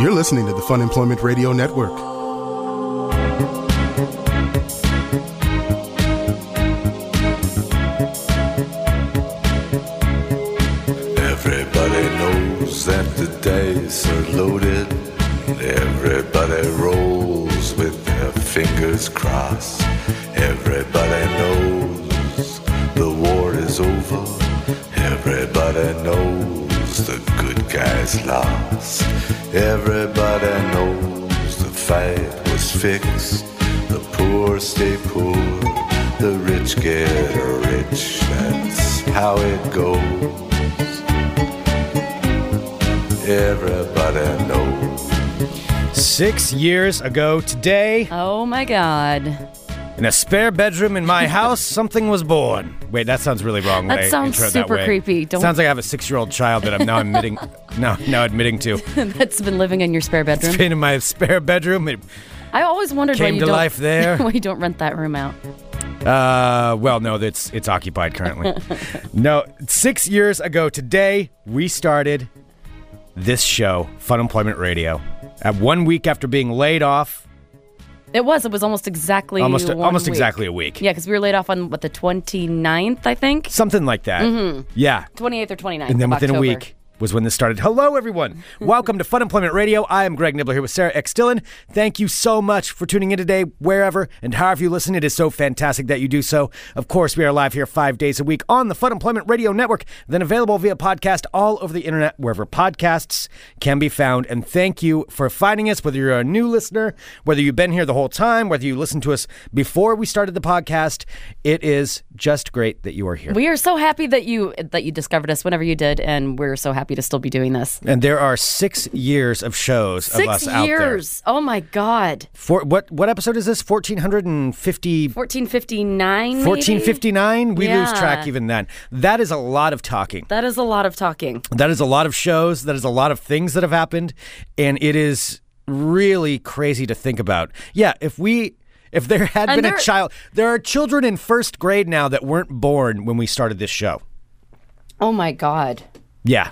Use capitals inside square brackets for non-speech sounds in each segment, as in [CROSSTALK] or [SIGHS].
You're listening to the Fun Employment Radio Network. Everybody knows that the dice are loaded. Everybody rolls with their fingers crossed. Everybody knows the war is over. Everybody knows the good guys lost. Everybody knows the fight was fixed. The poor stay poor, the rich get rich. That's how it goes. Everybody knows. Six years ago today, Oh my God. [LAUGHS] in a spare bedroom in my house, something was born. Wait, that sounds really wrong. when That I sounds intro super that way. creepy. Don't- Sounds like I have a six-year-old child that I'm now [LAUGHS] admitting, no, now admitting to. That's been living in your spare It's bedroom. been in my spare bedroom. It, I always wondered why Came you to don't, life [LAUGHS] there. why you don't rent that room out. uh, well, no, it's it's occupied [LAUGHS] currently. no, six years ago today, we started this show, Fun Employment Radio, at one week after being laid off, It was. It was almost exactly almost one almost week. exactly a week, Yeah, because we were laid off on what the 29th, I think, something like that. Mm-hmm. Yeah, 28th or 29th. And then of within a October. week was when this started. Hello, everyone. Welcome to Fun Employment Radio. I am Greg Nibbler here with Sarah X. Dillon. Thank you so much for tuning in today, wherever and however you listen. It is so fantastic that you do so. Of course, we are live here five days a week on the Fun Employment Radio Network, then available via podcast all over the internet, wherever podcasts can be found. And thank you for finding us, whether you're a new listener, whether you've been here the whole time, whether you listened to us before we started the podcast. It is just great that you are here. We are so happy that you that you discovered us whenever you did, and we're so happy to still be doing this. And there are six years of shows of us Six out there. years. Oh my God. For, what what episode is this? 1450 1459. maybe? 1459? We lose Yeah. track even then. That is a lot of talking. That is a lot of talking. That is a lot of shows. That is a lot of things that have happened. And it is really crazy to think about. Yeah, if we if there had been there- a child there are children in first grade now that weren't born when we started this show. Oh my God. Yeah.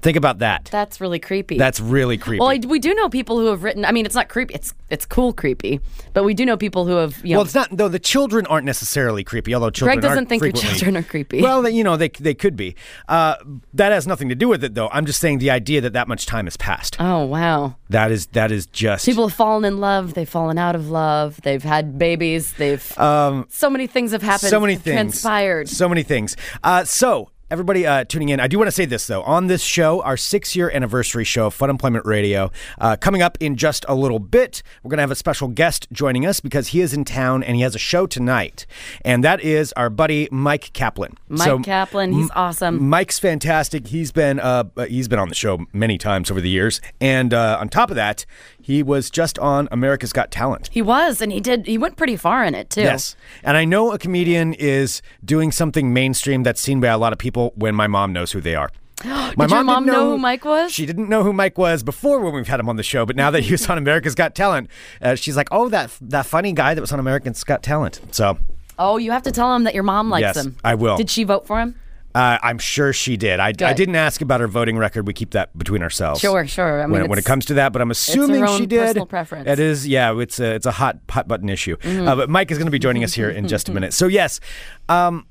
Think about that. That's really creepy. That's really creepy. Well, I, we do know people who have written. I mean, it's not creepy. It's it's cool creepy, but we do know people who have. You know, Well, it's not though. The children aren't necessarily creepy, although children. Greg doesn't aren't think your frequently- children are creepy. Well, they, you know, they they could be. Uh, that has nothing to do with it, though. I'm just saying the idea that that much time has passed. oh wow, that is that is just people have fallen in love. They've fallen out of love. They've had babies. They've so many things have happened. Um, so many things transpired. So many things. Uh, so. Everybody uh, tuning in, I do want to say this though. On this show, our six year anniversary show of Fun Employment Radio, uh, coming up in just a little bit, we're going to have a special guest joining us because he is in town and he has a show tonight. And that is our buddy Mike Kaplan. Mike Kaplan, he's awesome. Mike's fantastic. He's been uh, he's been on the show many times over the years, and uh, on top of that, he was just on America's Got Talent. He was, and he did. He went pretty far in it too. Yes, and I know a comedian is doing something mainstream that's seen by a lot of people. When my mom knows who they are, my [GASPS] Did your didn't mom know who Mike was? She didn't know who Mike was before when we've had him on the show, but now that he [LAUGHS] was on America's Got Talent, uh, she's like, "Oh, that that funny guy that was on America's Got Talent." So Oh, you have to tell him that your mom likes Yes, him. I will. Did she vote for him? Uh, I'm sure she did. I, I Good. didn't ask about her voting record. We keep that between ourselves. Sure, sure. I mean, when, when it it's- comes to that, but I'm assuming she own did. personal preference. Mm-hmm. It is, yeah. It's a it's a hot hot button issue. Uh, but Mike is going to be joining us here in just a minute. So yes, um,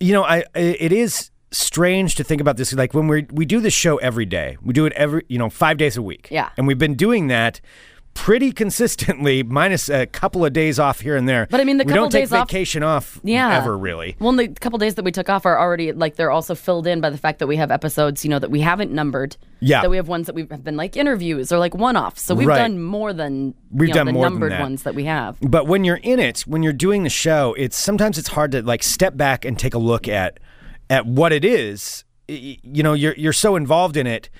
you know, I I- it is strange to think about this. Like when we we do this show every day, we do it every you know five days a week. Yeah. and we've been doing that. Pretty consistently, minus a couple of days off here and there. But I mean, the we don't couple take days off- vacation off, Yeah. ever really. Well, and the couple days that we took off are already like they're also filled in by the fact that we have episodes, you know, that we haven't numbered. Yeah. That we have ones that we've have been like interviews or like one offs. So we've Right. done more than you We've know, done the more than numbered that. ones that we have. but when you're in it when you're doing the show it's sometimes it's hard to like step back and take a look at at what it is Y- you know you're you're so involved in it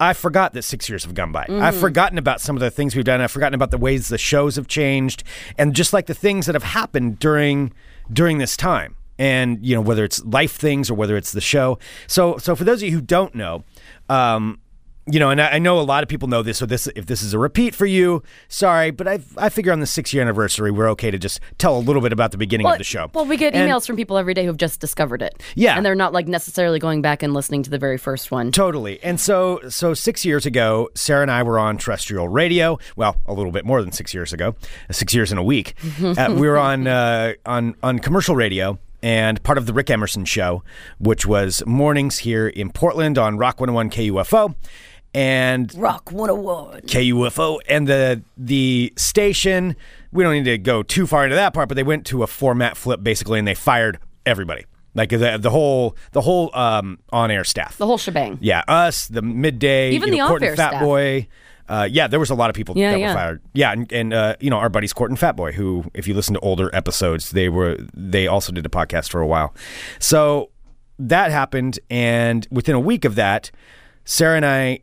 I forgot that six years have gone by. I've Mm-hmm. forgotten about some of the things we've done. I've forgotten about the ways the shows have changed, and just like the things that have happened during during this time. And you know whether it's life things or whether it's the show. So so for those of you who don't know, um, you know, and I, I know a lot of people know this. So this, if this is a repeat for you, sorry, but I, I figure on the six year anniversary, we're okay to just tell a little bit about the beginning of the show. Well, we get And- emails from people every day who've just discovered it. Yeah. And they're not like necessarily going back and listening to the very first one. Totally. And so so 6 years ago, Sarah and I were on terrestrial radio, well, a little bit more than 6 years ago, 6 years in a [LAUGHS] week. uh, we were on uh, on on commercial radio and part of the Rick Emerson show, which was mornings here in Portland on Rock 101 KUFO. And Rock 101. KUFO and the the station. We don't need to go too far into that part, but they went to a format flip basically, and they fired everybody, like the, the whole the whole um, on air staff, The whole shebang. yeah, us, the midday, Even you know, the Court and on-air Fat staff. Boy. Uh, yeah, there was a lot of people Yeah, that were yeah. fired. Yeah, and, and uh, you know our buddies Court and Fat Boy, who, if you listen to older episodes, they were they also did a podcast for a while. So that happened, and within a week of that, Sarah and I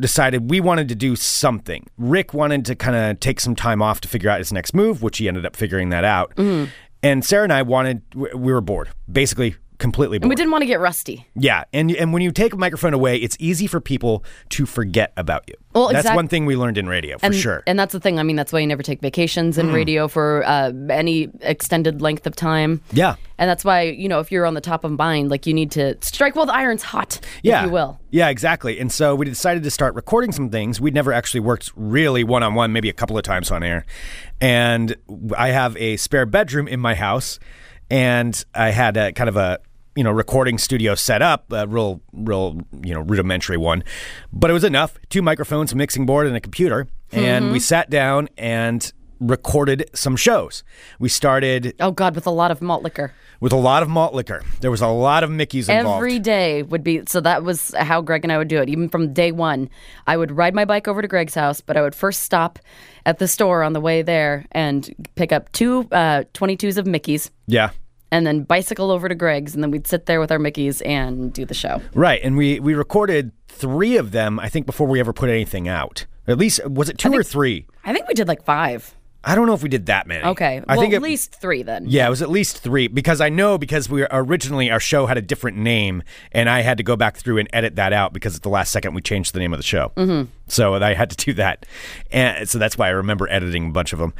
decided we wanted to do something. Rick wanted to kind of take some time off to figure out his next move, which he ended up figuring that out. Mm-hmm. And Sarah and I wanted we we were bored, basically completely bored. We didn't want to get rusty. Yeah, and and when you take a microphone away, it's easy for people to forget about you. Well, that's exact- one thing we learned in radio for and, sure. Mm. And that's the thing. I mean, that's why you never take vacations in radio for uh, any extended length of time. Yeah. And that's why, you know, if you're on the top of mind, like you need to strike while the iron's hot, yeah, if you will. Yeah, exactly. And so we decided to start recording some things. We'd never actually worked really one on one, maybe a couple of times on air. And I have a spare bedroom in my house, and I had a kind of a you know recording studio set up, a real, real you know rudimentary one, but it was enough. Two microphones, a mixing board, and a computer. And we Mm-hmm. sat down and recorded some shows. We started Oh, God, with a lot of malt liquor. with a lot of malt liquor. There was a lot of Mickey's involved. Every day would be so that was how Greg and I would do it. Even from day one, I would ride my bike over to Greg's house, but I would first stop at the store on the way there and pick up two uh, 22s of Mickey's yeah. and then bicycle over to Greg's. And then we'd sit there with our Mickey's and do the show. Right. And we we recorded 3 of them I think before we ever put anything out. At least was it 2 or 3? I think we did like five. I don't know if we did that many. Okay. I well, think at it- least three then. Yeah, it was at least 3 because I know because we were originally our show had a different name and I had to go back through and edit that out because at the last second we changed the name of the show. Mm-hmm. So I had to do that. And so that's why I remember editing a bunch of them.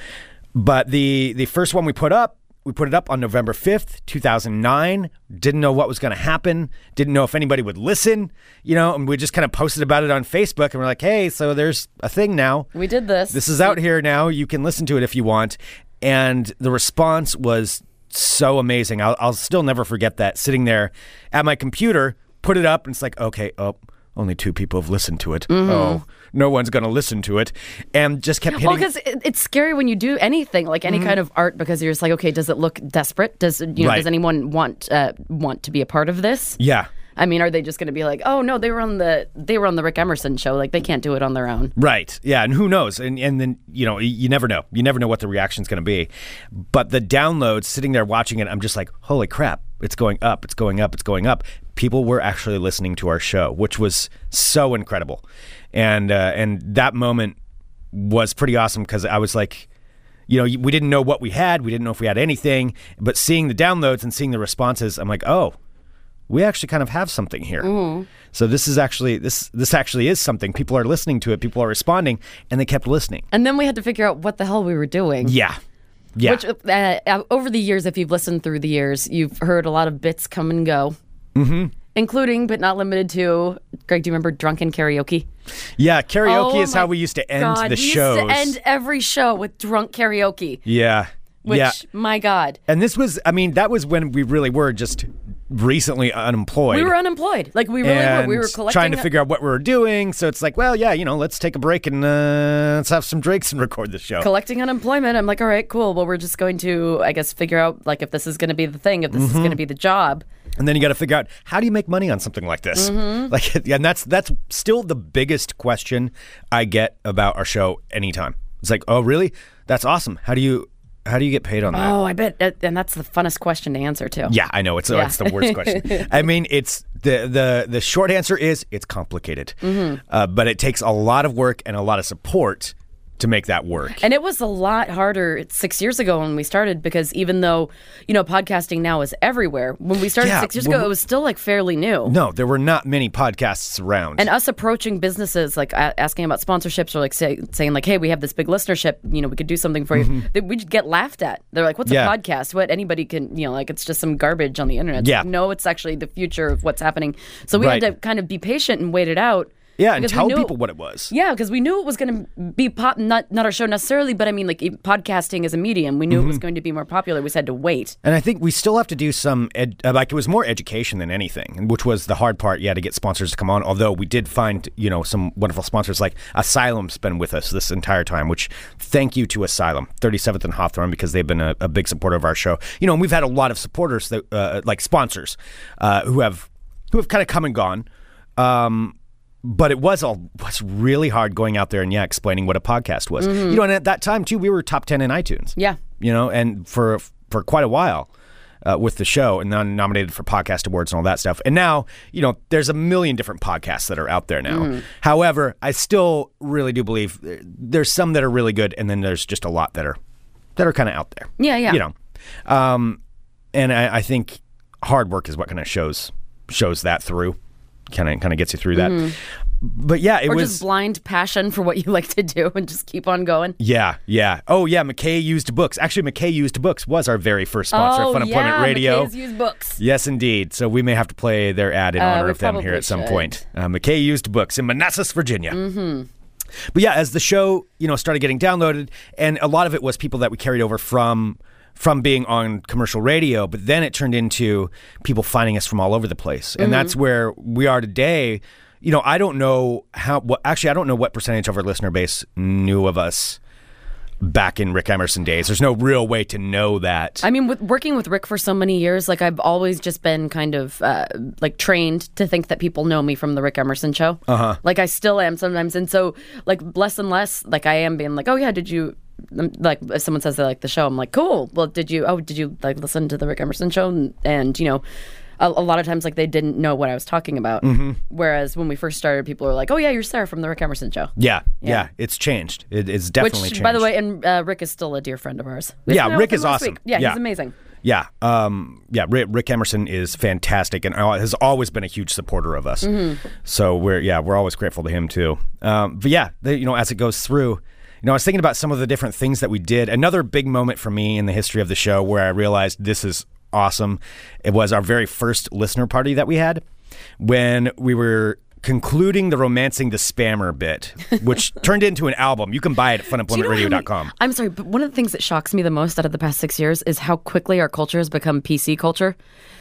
But the the first one we put up we put it up on November 5th, 2009. Didn't know what was going to happen. Didn't know if anybody would listen, you know, and we just kind of posted about it on Facebook and we're like, hey, so there's a thing now. We did this. This is out here now. You can listen to it if you want. And the response was so amazing. I'll, I'll still never forget that sitting there at my computer, put it up, and it's like, okay, oh, only two people have listened to it. Oh, no one's going to listen to it. And just kept hitting. Well, because it, it's scary when you do anything like any kind of art, because you're just like, okay, does it look desperate? Does you know, Mm-hmm. Right. does anyone want uh, want to be a part of this? yeah. I mean, are they just going to be like, oh no, they were on the they were on the Rick Emerson show, like they can't do it on their own? Right. Yeah. And who knows? And and then you know y- you never know. You never know what the reaction's going to be. But the downloads, sitting there watching it, I'm just like, holy crap! It's going up. It's going up. It's going up. People were actually listening to our show, which was so incredible. And uh, and that moment was pretty awesome because I was like, you know, we didn't know what we had. We didn't know if we had anything. But seeing the downloads and seeing the responses, I'm like, oh, we actually kind of have something here. So this is actually this this actually is something. People are listening to it. People are responding, and they kept listening. And then we had to figure out what the hell we were doing. Yeah, yeah, Which uh, uh, over the years, if you've listened through the years, you've heard a lot of bits come and go, mm-hmm. including but not limited to. Greg, do you remember drunken karaoke? yeah. Karaoke Oh is how my we used to end God, the we used shows. to end every show with drunk karaoke. yeah, Which, yeah. my God, And this was, I mean, that was when we really were just recently unemployed. we were unemployed. Like we really and were. We were collecting. trying to figure out what we were doing. So it's like, well, yeah, you know, let's take a break and uh, let's have some drinks and record the show. collecting unemployment. I'm like, all right, cool. Well, we're just going to, I guess, figure out like if this is going to be the thing, if this is Mm-hmm. going to be the job. And then you got to figure out how do you make money on something like this? Mm-hmm. Like, [LAUGHS] and that's that's still the biggest question I get about our show anytime. It's like, oh, really? That's awesome. How do you how do you get paid on that? Oh, I bet, that- and that's the funnest question to answer too. Yeah, I know it's it's the worst [LAUGHS] question. I mean, it's the the the Mm-hmm. short answer is it's complicated, uh, but it takes a lot of work and a lot of support to make that work. And it was a lot harder six years ago when we started because even though, you know, podcasting now is everywhere, when we started Yeah, six years when ago, we- it was still like fairly new. No, there were not many podcasts around. And uh, us approaching businesses, like a- asking about sponsorships or like say, saying, like, hey, we have this big listenership, you know, we could do something for you. They- We'd get laughed at. They're like, what's Mm-hmm. Yeah. a podcast? What anybody can, you know, like it's just some garbage on the internet. It's Yeah. like, no, it's actually the future of what's happening. So we Right. had to kind of be patient and wait it out. yeah, and because we tell knew- people what it was. Yeah, because we knew it was going to be pop, not not our show necessarily, but I mean, like e- podcasting as a medium, we knew it was Mm-hmm. going to be more popular. We just had to wait. And I think we still have to do some, ed- uh, like it was more education than anything, which was the hard part. Yeah, to get sponsors to come on. Although we did find, you know, some wonderful sponsors like Asylum's been with us this entire time, which thank you to Asylum, 37th and Hawthorne, because they've been a, a big supporter of our show. You know, and we've had a lot of supporters that, uh, like sponsors, uh, who have, who have kind of come and gone. Um, but it was all was really hard going out there and yeah, explaining what a podcast was. You know, and at that time too, we were top ten in iTunes Mm-hmm. Yeah. you know, and for for quite a while uh, with the show, and then nominated for podcast awards and all that stuff. And now, you know, there's a million different podcasts that are out there now. Mm-hmm. However, I still really do believe there- there's some that are really good, and then there's just a lot that are that are kind of out there. Yeah, yeah. You know, um, and I, I think hard work is what kind of shows shows that through, kind of kind of gets you through that. But yeah, it Mm-hmm. Or was just blind passion for what you [LAUGHS] like to do and just keep on going. yeah, yeah. Oh, yeah. McKay used books. Actually, McKay used books was our very first sponsor oh, of Fun yeah, Employment Radio. McKay's used books. yes, indeed. So we may have to play their ad in Uh, honor we of them here probably at some should. point. Uh, McKay used books in Manassas, Virginia. Mm-hmm. But yeah, as the show you know started getting downloaded, and a lot of it was people that we carried over from from being on commercial radio. But then it turned into people finding us from all over the place, and that's Mm-hmm. where we are today. You know, I don't know how. Well, actually, I don't know what percentage of our listener base knew of us back in Rick Emerson days. There's no real way to know that. I mean, with working with Rick for so many years, like I've always just been kind of uh, like trained to think that people know me from the Rick Emerson show. Uh-huh. Like I still am sometimes, and so like less and less, like I am being like, oh yeah, did you? um, Like if someone says they like the show, I'm like, cool. Well, did you? Oh, did you like listen to the Rick Emerson show? And, and you know. A, a lot of times, like they didn't know what I was talking about. Mm-hmm. Whereas when we first started, people were like, "Oh yeah, you're Sarah from the Rick Emerson show." yeah, yeah, it's changed. It, it's Which, definitely changed. by the way, and uh, Rick is still a dear friend of ours. We Yeah, hung out Rick with him is last awesome. week. Yeah, Yeah. he's amazing. Yeah, um, yeah. Rick, Rick Emerson is fantastic and al- has always been a huge supporter of us. Mm-hmm. So we're yeah, we're always grateful to him too. Um, but yeah, the, you know, as it goes through, you know, I was thinking about some of the different things that we did. Another big moment for me in the history of the show where I realized this is awesome. It was our very first listener party that we had when we were. Concluding the romancing the spammer bit, [LAUGHS] which turned into an album. You can buy it at Do you know how many- funemploymentradio.com. I'm sorry, but one of the things that shocks me the most out of the past six years is how quickly our culture has become PC culture.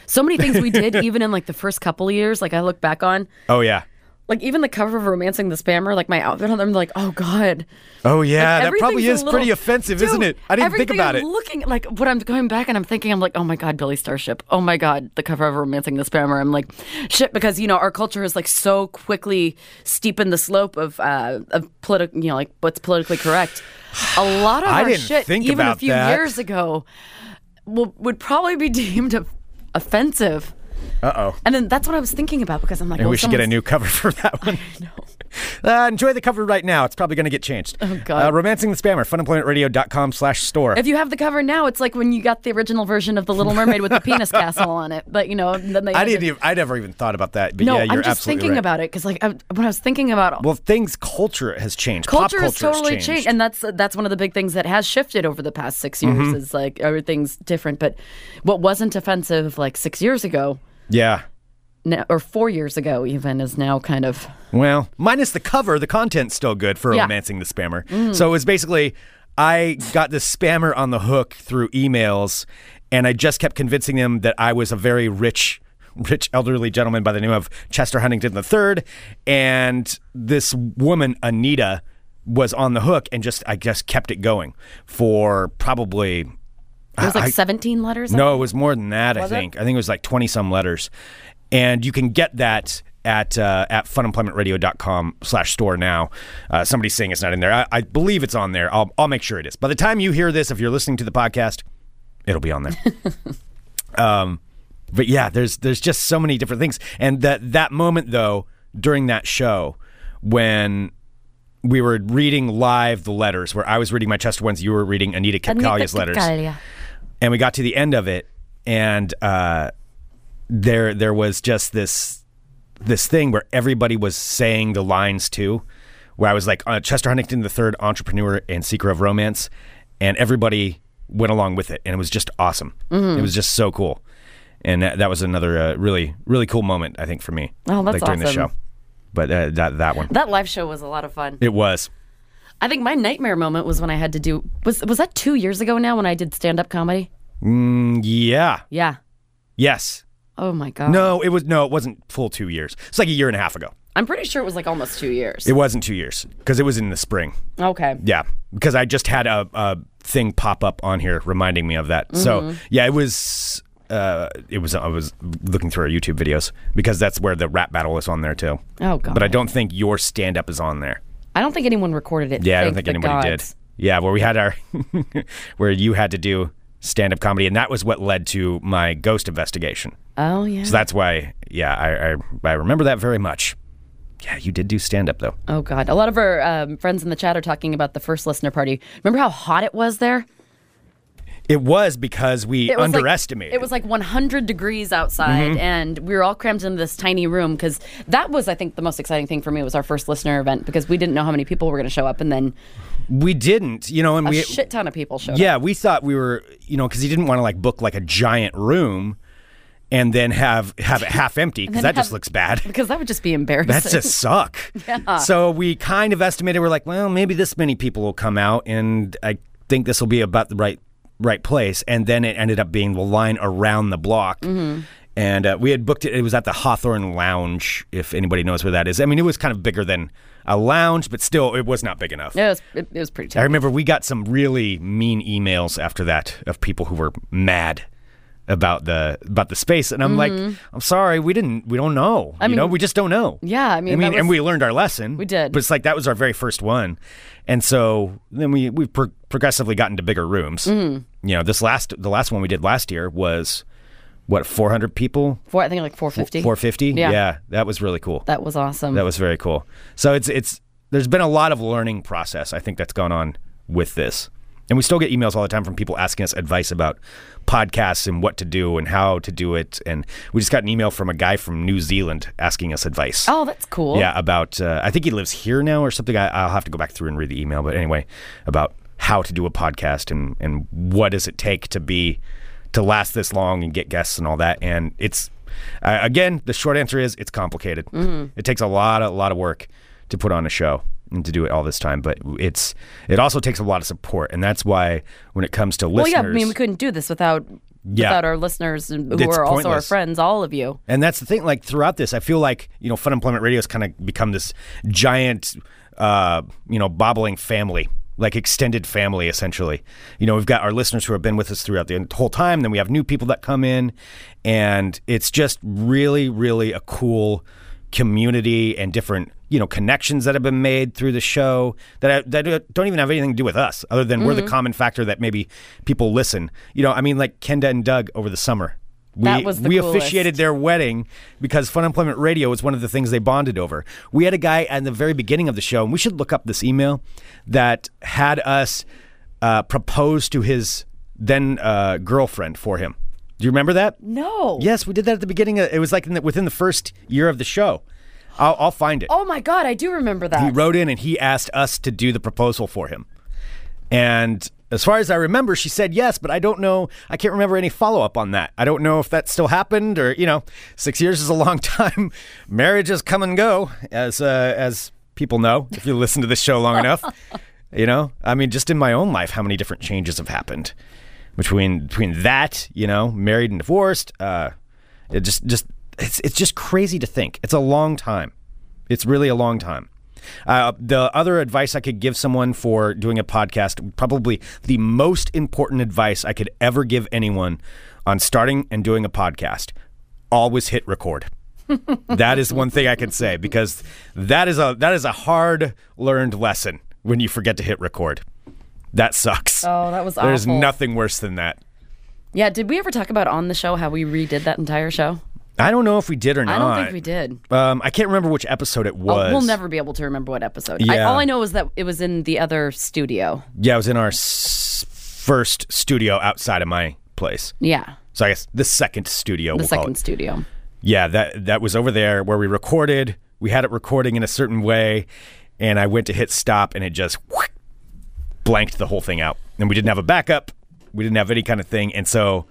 So many things we did, even in like the first couple of years, like I look back on, Oh yeah, like even the cover of Romancing the Spammer, like my outfit on them, like, oh God. oh yeah. that probably Everything's is a little- pretty offensive, Dude, isn't it? I didn't think everything about I'm it. Looking like what I'm going back and I'm thinking, I'm like, oh my god, Billy Starship. Oh my god, the cover of Romancing the Spammer. I'm like, shit, because you know our culture is like so quickly steepened the slope of uh, of political, you know, like what's politically correct. A lot [SIGHS] of I our didn't shit, think even a about few that. years ago, will, would probably be [LAUGHS] deemed of- offensive. Uh oh. And then that's what I was thinking about because I'm like, And well, we should get a someone's- new cover for that [LAUGHS] one. Uh, enjoy the cover right now. It's probably going to get changed. Oh, God. Uh, Romancing the Spammer, funemploymentradio.com slash store. If you have the cover now, it's like when you got the original version of The Little [LAUGHS] Mermaid with the penis castle on it. But you know, then they I had to- didn't even, I never even thought about that. But No, yeah, you're I'm just absolutely thinking right. about it because like I, when I was thinking about Well, things, culture has changed. Pop culture culture has totally changed. changed. and that's that's one of the big things that has shifted over the past six years. Mm-hmm. Is like everything's different, but what wasn't offensive like six years ago, yeah. now, or four years ago even, is now kind of Well, minus the cover, the content's still good for Yeah. romancing the spammer. So it was basically, I got this spammer on the hook through emails, and I just kept convincing them that I was a very rich, [LAUGHS] rich elderly gentleman by the name of Chester Huntington III, and this woman Anita was on the hook, and just I just kept it going for probably it was like I- 17 letters. I no, it was more than that. I think. I think it was like twenty some letters, and you can get that at uh, at funemploymentradio.com slash store now. Uh, somebody's saying it's not in there. I, I believe it's on there. I'll I'll make sure it is. By the time you hear this, if you're listening to the podcast, it'll be on [LAUGHS] there. um, but yeah, there's there's just so many different things, and that that moment though during that show when we were reading live the letters where I was reading my Chester ones, you were reading Anita Kepkalia's letters, and we got to the end of it, and uh, there there was just this this thing where everybody was saying the lines too, where I was like uh, Chester Huntington the third entrepreneur and seeker of romance, and everybody went along with it, and it was just awesome. Mm-hmm. It was just so cool, and that, that was another uh, really really cool moment I think for me. Oh, that's like during the awesome. show, but uh, that that one That live show was a lot of fun. it was. I think my nightmare moment was when I had to do was was that two years ago now when I did stand up comedy. mm, Yeah. Yeah. Yes. Oh my god. No, it was no, it wasn't full two years. It's like a year and a half ago. I'm pretty sure it was like almost two years. It wasn't two years because it was in the spring. okay. Yeah, because I just had a, a thing pop up on here reminding me of that. Mm-hmm. So yeah, it was. Uh, it was I was looking through our YouTube videos because that's where the rap battle is on there too. Oh, God. But I don't think your stand up is on there. I don't think anyone recorded it. Yeah, I don't thank think the anybody gods. did. Yeah, where we had our [LAUGHS] where you had to do stand up comedy, and that was what led to my ghost investigation. Oh yeah. So that's why, yeah, I, I I remember that very much. Yeah, you did do stand up though. oh god. A lot of our um, friends in the chat are talking about the first listener party. Remember how hot it was there? It was because we It was like- underestimated. Mm-hmm. it was like 100 degrees outside, and we were all crammed into this tiny room because that was, I think, the most exciting thing for me was our first listener event because we didn't know how many people were going to show up, and then we didn't, you know, and a we shit ton of people showed up. yeah, we thought we were, you know, because he didn't want to like book like a giant room, and then have have it half empty because then that just have- looks bad. Because that would just be embarrassing. That just suck. So we kind of estimated we're like, well, maybe this many people will come out, and I think this will be about the right right place. And then it ended up being the line around the block. And uh, we had booked it. It was at the Hawthorne Lounge, if anybody knows where that is. I mean, it was kind of bigger than a lounge, but still, it was not big enough. It was, it, it was pretty I terrible. remember we got some really mean emails after that of people who were mad about the about the space, and I'm Mm-hmm. like, I'm sorry, we didn't, we don't know. you know, we just don't know. Yeah, I mean, that and was- we learned our lesson. We did. but it's like that was our very first one, and so then we we've pro- progressively gotten to bigger rooms. Mm-hmm. You know, this last the last one we did last year was what 400 people, Four, I think like 450. 450. Yeah. that was really cool. That was awesome. That was very cool. So it's it's there's been a lot of learning process I think that's gone on with this. And we still get emails all the time from people asking us advice about podcasts and what to do and how to do it. And we just got an email from a guy from New Zealand asking us advice. oh, that's cool. Yeah, about uh, I think he lives here now or something. I, I'll have to go back through and read the email, but anyway, about how to do a podcast and and what does it take to be to last this long and get guests and all that. And it's uh, again, the short answer is it's complicated. Mm-hmm. It takes a lot a lot of work to put on a show and to do it all this time, but it's it also takes a lot of support, and that's why when it comes to Well, listeners, yeah, I mean, we couldn't do this without Yeah. without our listeners who It's are also our pointless. friends, all of you. And that's the thing. Like throughout this, I feel like you know, Fun Employment Radio has kind of become this giant, uh, you know, bobbling family, like extended family, essentially. You know, we've got our listeners who have been with us throughout the whole time. Then we have new people that come in, and it's just really, really a cool community and different you know connections that have been made through the show that I, that don't even have anything to do with us other than we're the Mm-hmm. common factor that maybe people listen you know i mean like kenda and doug over the summer we, That was the we coolest. officiated their wedding because Fun Employment Radio was one of the things they bonded over. We had a guy at the very beginning of the show, and we should look up this email that had us uh, propose to his then uh, girlfriend for him. Do you remember that? No. Yes, we did that at the beginning. Of, it was like in the, within the first year of the show. I'll, I'll find it. Oh my God, I do remember that. He wrote in and he asked us to do the proposal for him. And as far as I remember, she said yes, but I don't know. I can't remember any follow up on that. I don't know if that still happened or, you know, six years is a long [LAUGHS] time. Marriages come and go, as, uh, as people know, if you listen to this show long enough. You know, I mean, just in my own life, how many different changes have happened between between that, you know, married and divorced. Uh, it just just it's it's just crazy to think. It's a long time. It's really a long time. Uh, the other advice I could give someone for doing a podcast, probably the most important advice I could ever give anyone on starting and doing a podcast, always hit [LAUGHS] record. that is one thing I can say because that is a that is a hard learned lesson when you forget to hit record. That sucks. Oh, that was There's awful. nothing worse than that. yeah, did we ever talk about on the show how we redid that entire show? I don't know if we did or not. I don't think we did. Um, I can't remember which episode it Oh, was. We'll never be able to remember what episode. I, Yeah. all I know is that it was in the other studio. Yeah, it was in our s- first studio outside of my place. Yeah, So I guess the second studio. the we'll call second it. studio. Yeah, that that was over there where we recorded. We had it recording in a certain way, and I went to hit stop, and it just whack, blanked the whole thing out. And we didn't have a backup. We didn't have any kind of thing, and so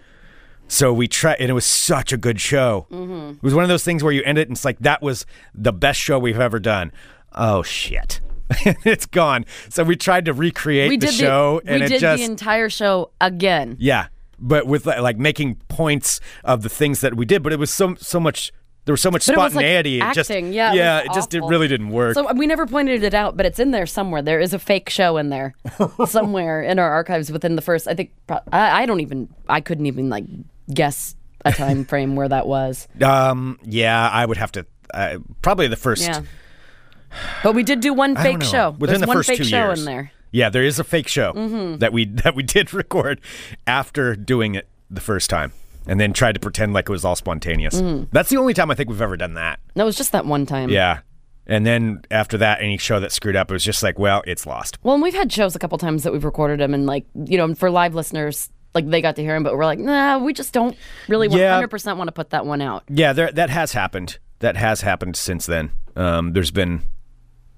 so we tried, and it was such a good show. Mm-hmm. It was one of those things where you end it, and it's like that was the best show we've ever done. Oh shit. [LAUGHS] it's gone. So we tried to recreate We the did show, the, and we it did just the entire show again. yeah, but with like, like making points of the things that we did, but it was so so much. There was so much But it was, like, spontaneity. acting. just Yeah, it was it just it awful. really didn't work. So uh, we never pointed it out, but it's in there somewhere. There is a fake show [LAUGHS] in there somewhere in our archives within the first. I think pro- I, I don't even. I couldn't even like guess [LAUGHS] a time frame where that was. um, yeah, I would have to uh, probably the first. Yeah. But we did do one I don't fake know, show. within There's the one first fake two show years. in there. Mm-hmm. Yeah, there is a fake show that we [LAUGHS] that we did record after doing it the first time, and then tried to pretend like it was all spontaneous. Mm-hmm. That's the only time I think we've ever done that. No, it was just that one time. Yeah, and then after that, any show that screwed up, it was just like, well, it's lost. Well, and we've had shows a couple times that we've recorded them, and like you know, and for live listeners, like they got to hear them, but we're like, nah, we just don't really Yeah. 100 percent want to put that one out. Yeah, there, that has happened. That has happened since then. Um, there's been,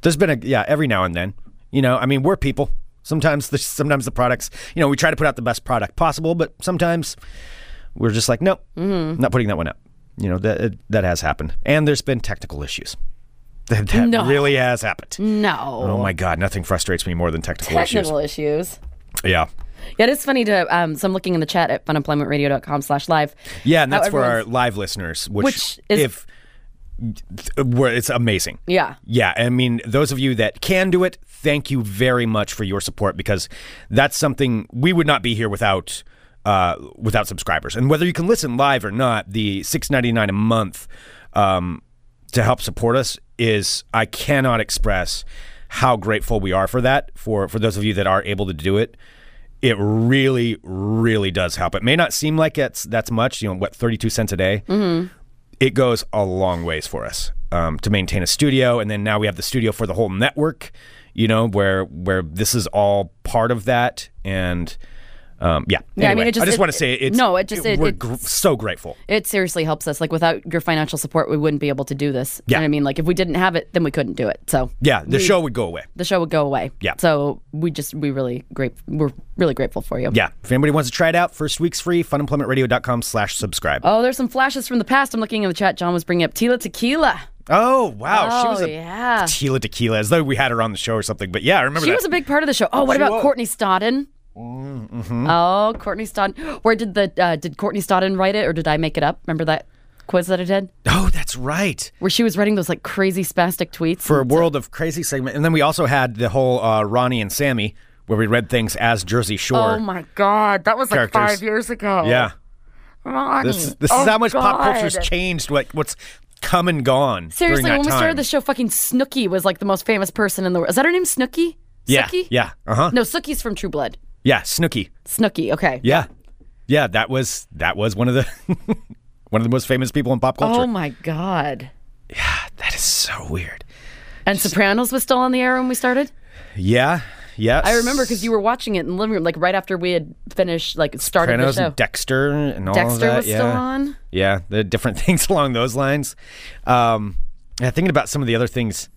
there's been a yeah every now and then. You know, I mean, we're people. Sometimes the sometimes the products. You know, we try to put out the best product possible, but sometimes we're just like, nope, Mm-hmm. not putting that one up. You know that it, that has happened, and there's been technical issues. [LAUGHS] That, that No. really has happened. Oh No, my god, nothing frustrates me more than technical, technical issues. issues. Yeah, Yeah, it is funny to. Um, so I'm looking in the chat at funemploymentradio.com slash live. yeah, and that's How for our everyone's- live listeners, which, Which is- if where it's amazing. Yeah. Yeah, I mean, those of you that can do it, thank you very much for your support because that's something we would not be here without uh, without subscribers. And whether you can listen live or not, the six ninety nine a month um, to help support us is I cannot express how grateful we are for that. For for those of you that are able to do it, it really really does help. It may not seem like it's that's much, you know, what thirty two cents a day it goes a long ways for us um, to maintain a studio, and then now we have the studio for the whole network. You know where where this is all part of that, and um, yeah. Yeah, I mean, Anyway, it just- just it- want to say it's no, it just- it- we're it's- gr- so grateful. It seriously helps us. Like without your financial support, we wouldn't be able to do this. Yeah. And I mean, like if we didn't have it, then we couldn't do it. So Yeah, the we- show would go away. the show would go away. Yeah. So we just we really great. We're really grateful for you. Yeah, if anybody wants to try it out, first week's free. Funemploymentradio.com slash subscribe. Oh, there's some flashes from the past. I'm looking in the chat. John was bringing up Tila Tequila. Oh wow, she was Oh, a yeah. Tila Tequila, as though we had her on the show or something. But yeah, I remember She that. was a big part of the show. Oh, what about Courtney Stodden? Mm-hmm. Oh, Courtney Stodden. Where did the uh, did Courtney Stodden write it, or did I make it up? Remember that quiz that I did, oh, that's right. where she was writing those like crazy spastic tweets. for a world of crazy segment. And then we also had the whole uh, Ronnie and Sammy where we read things as Jersey Shore. oh my god, that was like characters. five years ago. yeah, Ronnie. this this Oh, is how much pop God. culture's changed. What what's come and gone. during Seriously, that when we time. started the show, fucking Snooki was like the most famous person in the world. Is that her name, Snooki? yeah, Snooki? yeah, uh huh, No, Snooki's from True Blood. yeah, Snooki, Snooki. Okay. yeah, yeah. That was that was one of the [LAUGHS] one of the most famous people in pop culture. Oh my god. that is so weird. And Sopranos was still on the air when we started. Yeah, yeah. I remember because you were watching it in the living room, like right after we had finished, like started Sopranos the show. and Dexter and all of Dexter that. was yeah. still on. Yeah, the different [LAUGHS] things along those lines. Um, yeah, thinking about some of the other things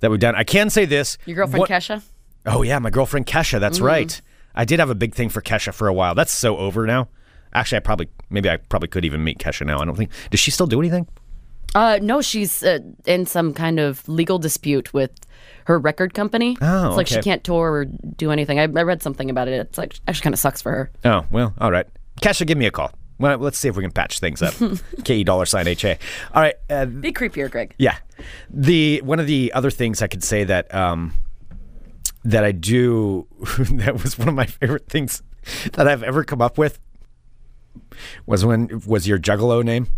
that we've done, I can say this: Your girlfriend What- Kesha. Mm-hmm. Oh yeah, my girlfriend Kesha. That's right. I did have a big thing for Kesha for a while. That's so over now. Actually, I probably maybe I probably could even meet Kesha now. I don't think. Does she still do anything? Uh, no, she's uh, in some kind of legal dispute with her record company. Oh, it's like she okay. can't tour or do anything. I, I read something about it. It's like actually kind of sucks for her. Oh well, all right. Kesha, give me a call. Well, let's see if we can patch things [LAUGHS] up. Ke dollar sign ha. All right. Uh, Be creepier, Greg. Yeah. The one of the other things I could say that um that I do [LAUGHS] that was one of my favorite things that I've ever come up with was when was your juggalo name?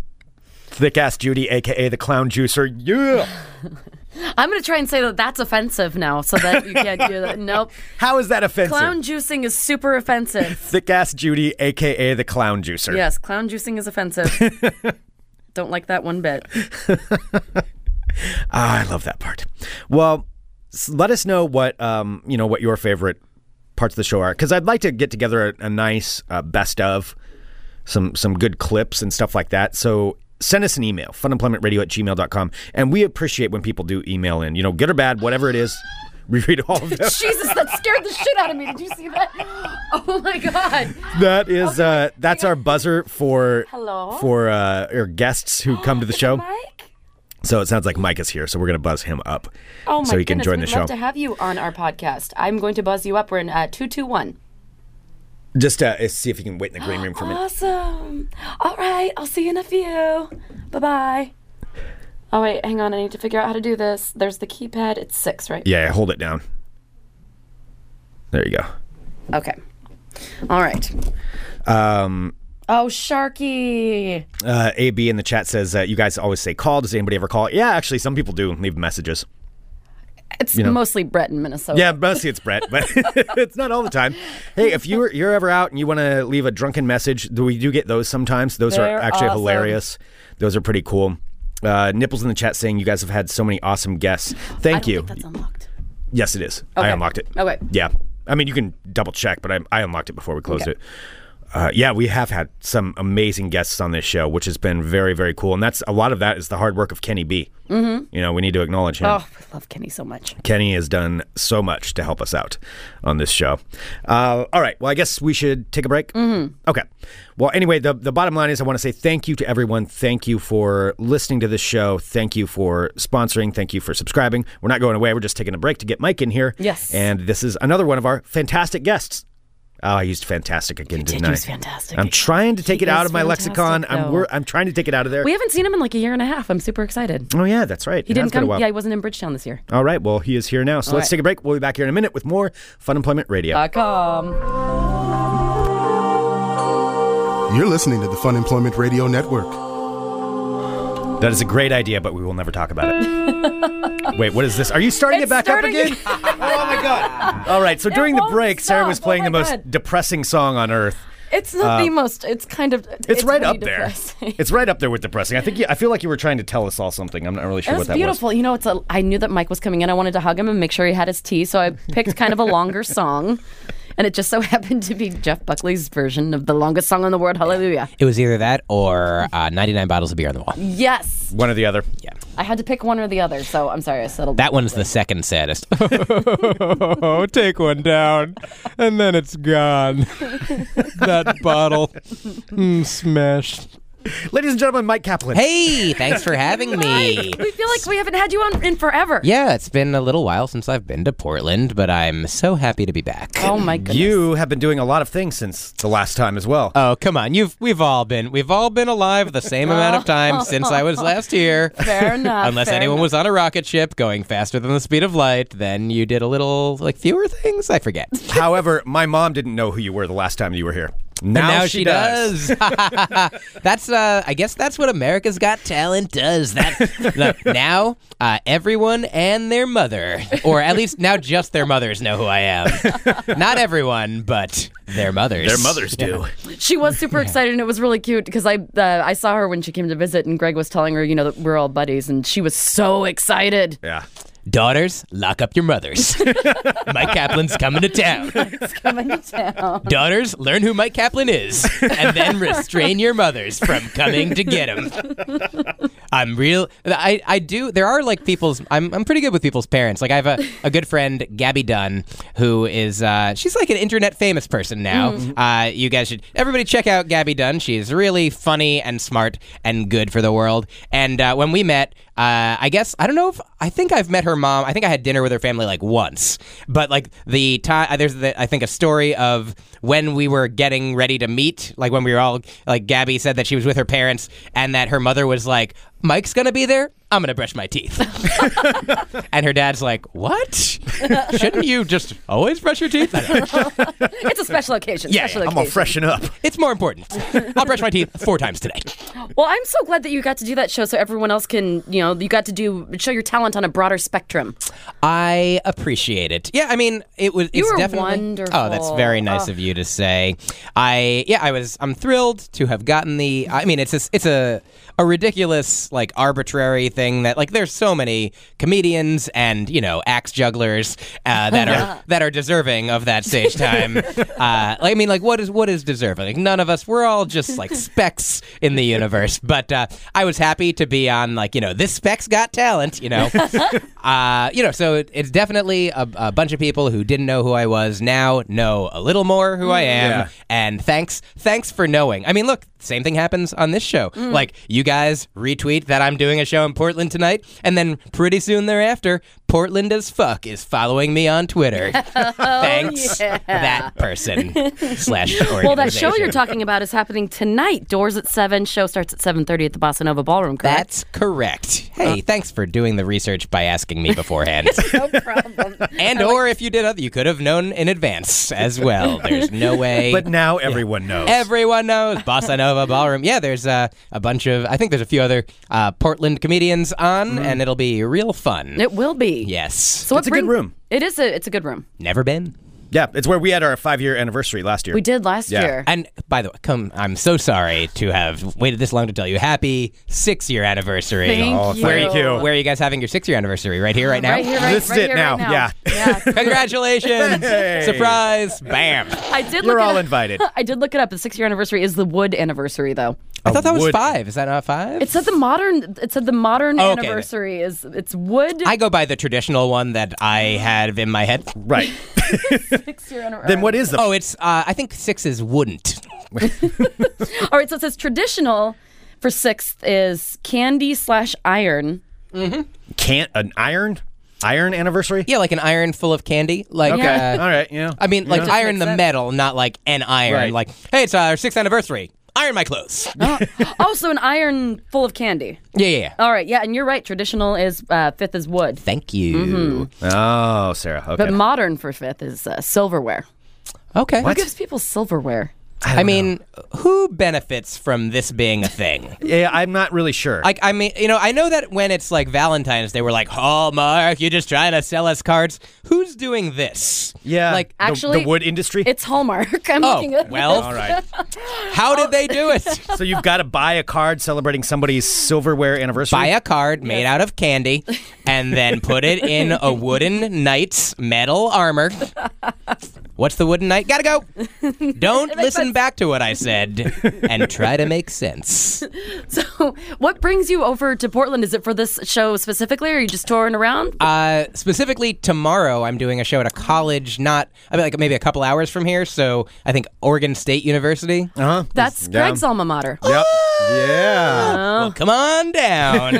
Thick ass Judy, aka the clown juicer. Yeah. I'm gonna try and say that that's offensive now, so that you can't do [LAUGHS] that. Nope. How is that offensive? Clown juicing is super offensive. Thick ass Judy, aka the clown juicer. [LAUGHS] Yes, clown juicing is offensive. Don't like that one bit. Ah, I love that part. Well, s- let us know what um, you know what your favorite parts of the show are because I'd like to get together a, a nice uh, best of some some good clips and stuff like that. So send us an email funemploymentradio at gmail.com and we appreciate when people do email in you know good or bad whatever it is [LAUGHS] we read all of [LAUGHS] them Jesus, that scared the shit out of me. Did you see that? [GASPS] Oh my god. that is uh that's our buzzer for Hello? for uh our guests who come to [GASPS] the show Mike? so it sounds like mike is here so we're gonna buzz him up Oh my so he can goodness, join we'd the show love to have you on our podcast. I'm going to buzz you up. We're in uh, 221. just uh see if you can wait in the green room for a minute Awesome. All right, I'll see you in a few. Bye bye. Oh wait, hang on. I need to figure out how to do this. There's the keypad. It's six, right? Yeah, hold it down. There you Okay. All right. go. Um, Oh, Sharky. uh, AB in the chat says, uh, "You guys always say call. Does anybody ever call?" Yeah, actually, some people do leave messages. It's know. mostly Brett in Minnesota. Yeah, mostly it's Brett, but [LAUGHS] it's not all the time. Hey, if you're you're ever out and you want to leave a drunken message, do we do get those sometimes. Those are They're actually awesome. hilarious. Those are pretty cool. Uh, nipples in the chat saying you guys have had so many awesome guests. I Thank don't you. think that's unlocked. Yes, it is. I Okay. unlocked it. Okay. Yeah. I mean, you can double check, but I, I unlocked it before we closed it. Uh, yeah, we have had some amazing guests on this show, which has been very, very cool. And that's a lot of that is the hard work of Kenny B. Mm-hmm. You know, we need to acknowledge him. Oh, I love Kenny so much. Kenny has done so much to help us out on this show. Uh, all right. Well, I guess we should take a break. Mm-hmm. Okay. Well, anyway, the, the bottom line is I want to say thank you to everyone. Thank you for listening to this show. Thank you for sponsoring. Thank you for subscribing. We're not going away. We're just taking a break to get Mike in here. Yes. And this is another one of our fantastic guests. Oh, I used fantastic again, didn't He I? was fantastic. I'm trying to take He it out is of my fantastic, lexicon. I'm, though. wor- I'm trying to take it out of there. we haven't seen him in like a year and a half. I'm super excited. oh, yeah, that's right. He didn't come. Been a while. Yeah, he wasn't in Bridgetown this year. All right, well, he is here now. So let's right. Uh, take a break. We'll be back here in a minute with more Fun Employment Radio. I come. You're listening to the Fun Employment Radio Network. that is a great idea, but we will never talk about it. [LAUGHS] Wait, what is this? Are you starting it It's back starting- [LAUGHS] up again? oh, my God. All right, so during the won't break, Sarah stop. was playing Oh, the my most God. depressing song on earth. It's not the most. It's kind of. Uh, It's, right pretty up there. depressing. It's right up there with depressing. I think you, I feel like you were trying to tell us all something. I'm not really sure It what was that beautiful. You know, it's a, I knew that Mike was coming in. I wanted to hug him and make sure he had his tea, so I picked kind of a [LAUGHS] longer song, and it just so happened to be Jeff Buckley's version of the longest song in the world, Hallelujah. It was either that or uh, 99 bottles of beer on the wall. Yes, was. One or the other. Yeah. I had to pick one or the other, so I'm sorry I settled. That one's the second saddest. [LAUGHS] Take one down, and then it's gone. that bottle. Mm, smashed. Ladies and gentlemen, Mike Kaplan. Hey, thanks for having me. we feel like we haven't had you on in forever. Yeah, it's been a little while since I've been to Portland, but I'm so happy to be back. Oh my goodness. Uh, You have been doing a lot of things since the last time as well. [LAUGHS] Oh, come on. You've we've all been we've all been alive the same amount of time since I was last here. [LAUGHS] Fair enough. Unless Uh, fair anyone enough. was on a rocket ship going faster than the speed of light, then you did a little like fewer things. [LAUGHS] I forget. However, my mom didn't know who you were the last time you were here. Now, And [LAUGHS] that's uh, I guess that's what America's Got Talent does. [LAUGHS] That look, now uh, everyone and their mother, or at least now just their mothers know who [LAUGHS] I am. Not everyone, but their mothers. Their mothers do. She was [LAUGHS] super excited, and it was really cute because I uh, I saw her when she came to visit, and Greg was telling her, you know, that we're all buddies, and she was so [LAUGHS] excited. Yeah. Daughters, lock up your mothers. [LAUGHS] Mike Kaplan's coming to town. Coming to town. Daughters, learn who Mike Kaplan is, and then restrain your mothers from coming to get him. I'm real. I, I do. There are like people's. I'm, I'm pretty good with people's parents. Like I have a, a good friend, Gabby Dunn, who is uh, she's like an internet famous person now. Uh, you guys should everybody check out Gabby Dunn. She's really funny and smart and good for the world. And uh, when we met, uh, I guess I don't know if I think I've met her mom. I think I had dinner with her family like once. But like the time there's the, I think a story of when we were getting ready to meet, like when we were all like Gabby said that she was with her parents and that her mother was like. Mike's gonna be there. I'm gonna brush my teeth. [LAUGHS] and her dad's like, what? Shouldn't you just always brush your teeth? I don't know. It's a special occasion. Yeah, special yeah, I'm gonna occasion. freshen up. It's more important. I'll brush my teeth four times today. Well, I'm so glad that you got to do that show, so everyone else can, you know, you got to do show your talent on a broader spectrum. I appreciate it. Yeah, I mean, it was. You it's were definitely, wonderful. Oh, that's very nice Oh. of you to say. I yeah, I was. I'm thrilled to have gotten the. I mean, it's a, it's a a ridiculous like arbitrary thing that like there's so many comedians and you know axe jugglers uh, that are that are deserving of that [LAUGHS] stage time. uh, I mean, like what is what is deserving? Like none of us. We're all just like specks in the universe. But uh, I was happy to be on like you know this spec's got talent. [LAUGHS] You know. Uh, you know, so it, it's definitely a, a bunch of people who didn't know who I was now know a little more who I am, Yeah. and thanks, thanks for knowing. I mean, look, same thing happens on this show. Mm. Like you guys retweet that I'm doing a show in Portland tonight, and then pretty soon thereafter, Portland as fuck is following me on [LAUGHS] Twitter. thanks, Oh, yeah. that person [LAUGHS] slash Well, that show you're organization. talking about is happening tonight. Doors at seven. Show starts at seven thirty at the Bossa Nova Ballroom. Correct? That's correct. Hey, Oh. thanks for doing the research by asking me beforehand. [LAUGHS] no problem. And or if you did other, you could have known in [LAUGHS] advance as well. There's no way. But now everyone knows. Everyone knows Bossa Nova Ballroom. Yeah, there's uh, a bunch of. I think there's a few other uh, Portland comedians on, Mm-hmm. and it'll be real fun. [LAUGHS] It will be. Yes. So It's a good room. It is a. It's a good room. Never been. yeah, it's where we had our five year anniversary last year. We did last Yeah. year. And by the way, come. I'm so sorry to have waited this long to tell you. Happy six year anniversary. Thank Oh, you. Where, thank you. Where are you guys having your six year anniversary? Right here, right now. Right here, right, This is right it here, now. right Yeah. now. Yeah. Congratulations! Hey. Surprise! Bam! [LAUGHS] I did. You're look it all up. invited. [LAUGHS] I did look it up. The six year anniversary is the Wood anniversary, though. I thought that was wood- five. Is that not five? It said the modern. It said the modern Oh, okay. anniversary is it's Wood I go by the traditional one that I Mm-hmm. have in my head. Right. [LAUGHS] six year anniversary. then what is the Oh, it's uh, I think six is wouldn't. All right, so it says traditional for sixth is candy slash iron. can't an iron iron anniversary? Yeah, like an iron full of candy. Like Okay. uh, All right. Yeah. I mean, like Just iron makes the sense. metal, not like an iron. Right. Like hey, it's our sixth anniversary. Iron my clothes. Yeah, [LAUGHS] Oh, so an iron full of candy. yeah. yeah. All right, yeah, and you're right. Traditional is uh, fifth is wood, Thank you. oh, Sarah. Okay. but modern for fifth is uh, silverware. Okay. Who gives people silverware? I, mean, who benefits from this being [LAUGHS] a thing? yeah, I'm not really sure. Like, I mean, you know, I know that when it's like Valentine's, they were like, Hallmark, you're just trying to sell us cards. Who's doing this? yeah. Like, the- actually, the wood industry. It's Hallmark. [LAUGHS] I'm looking oh, at well, All [LAUGHS] right. how did they do it? So you've got to buy a card celebrating somebody's silverware anniversary. buy a card made out of candy and then put it in a wooden knight's metal armor. What's the wooden knight? Gotta go. Don't listen back to what I said and try to make sense. Uh, So, what brings you over to Portland? Is it for this show specifically, or are you just touring around? Uh, specifically, tomorrow I'm doing a show at a college, not I mean, like maybe a couple hours from here. So I think Oregon State University. Uh-huh. That's yeah. Greg's alma [LAUGHS] mater. Yep. Yeah. Well, come [LAUGHS] on down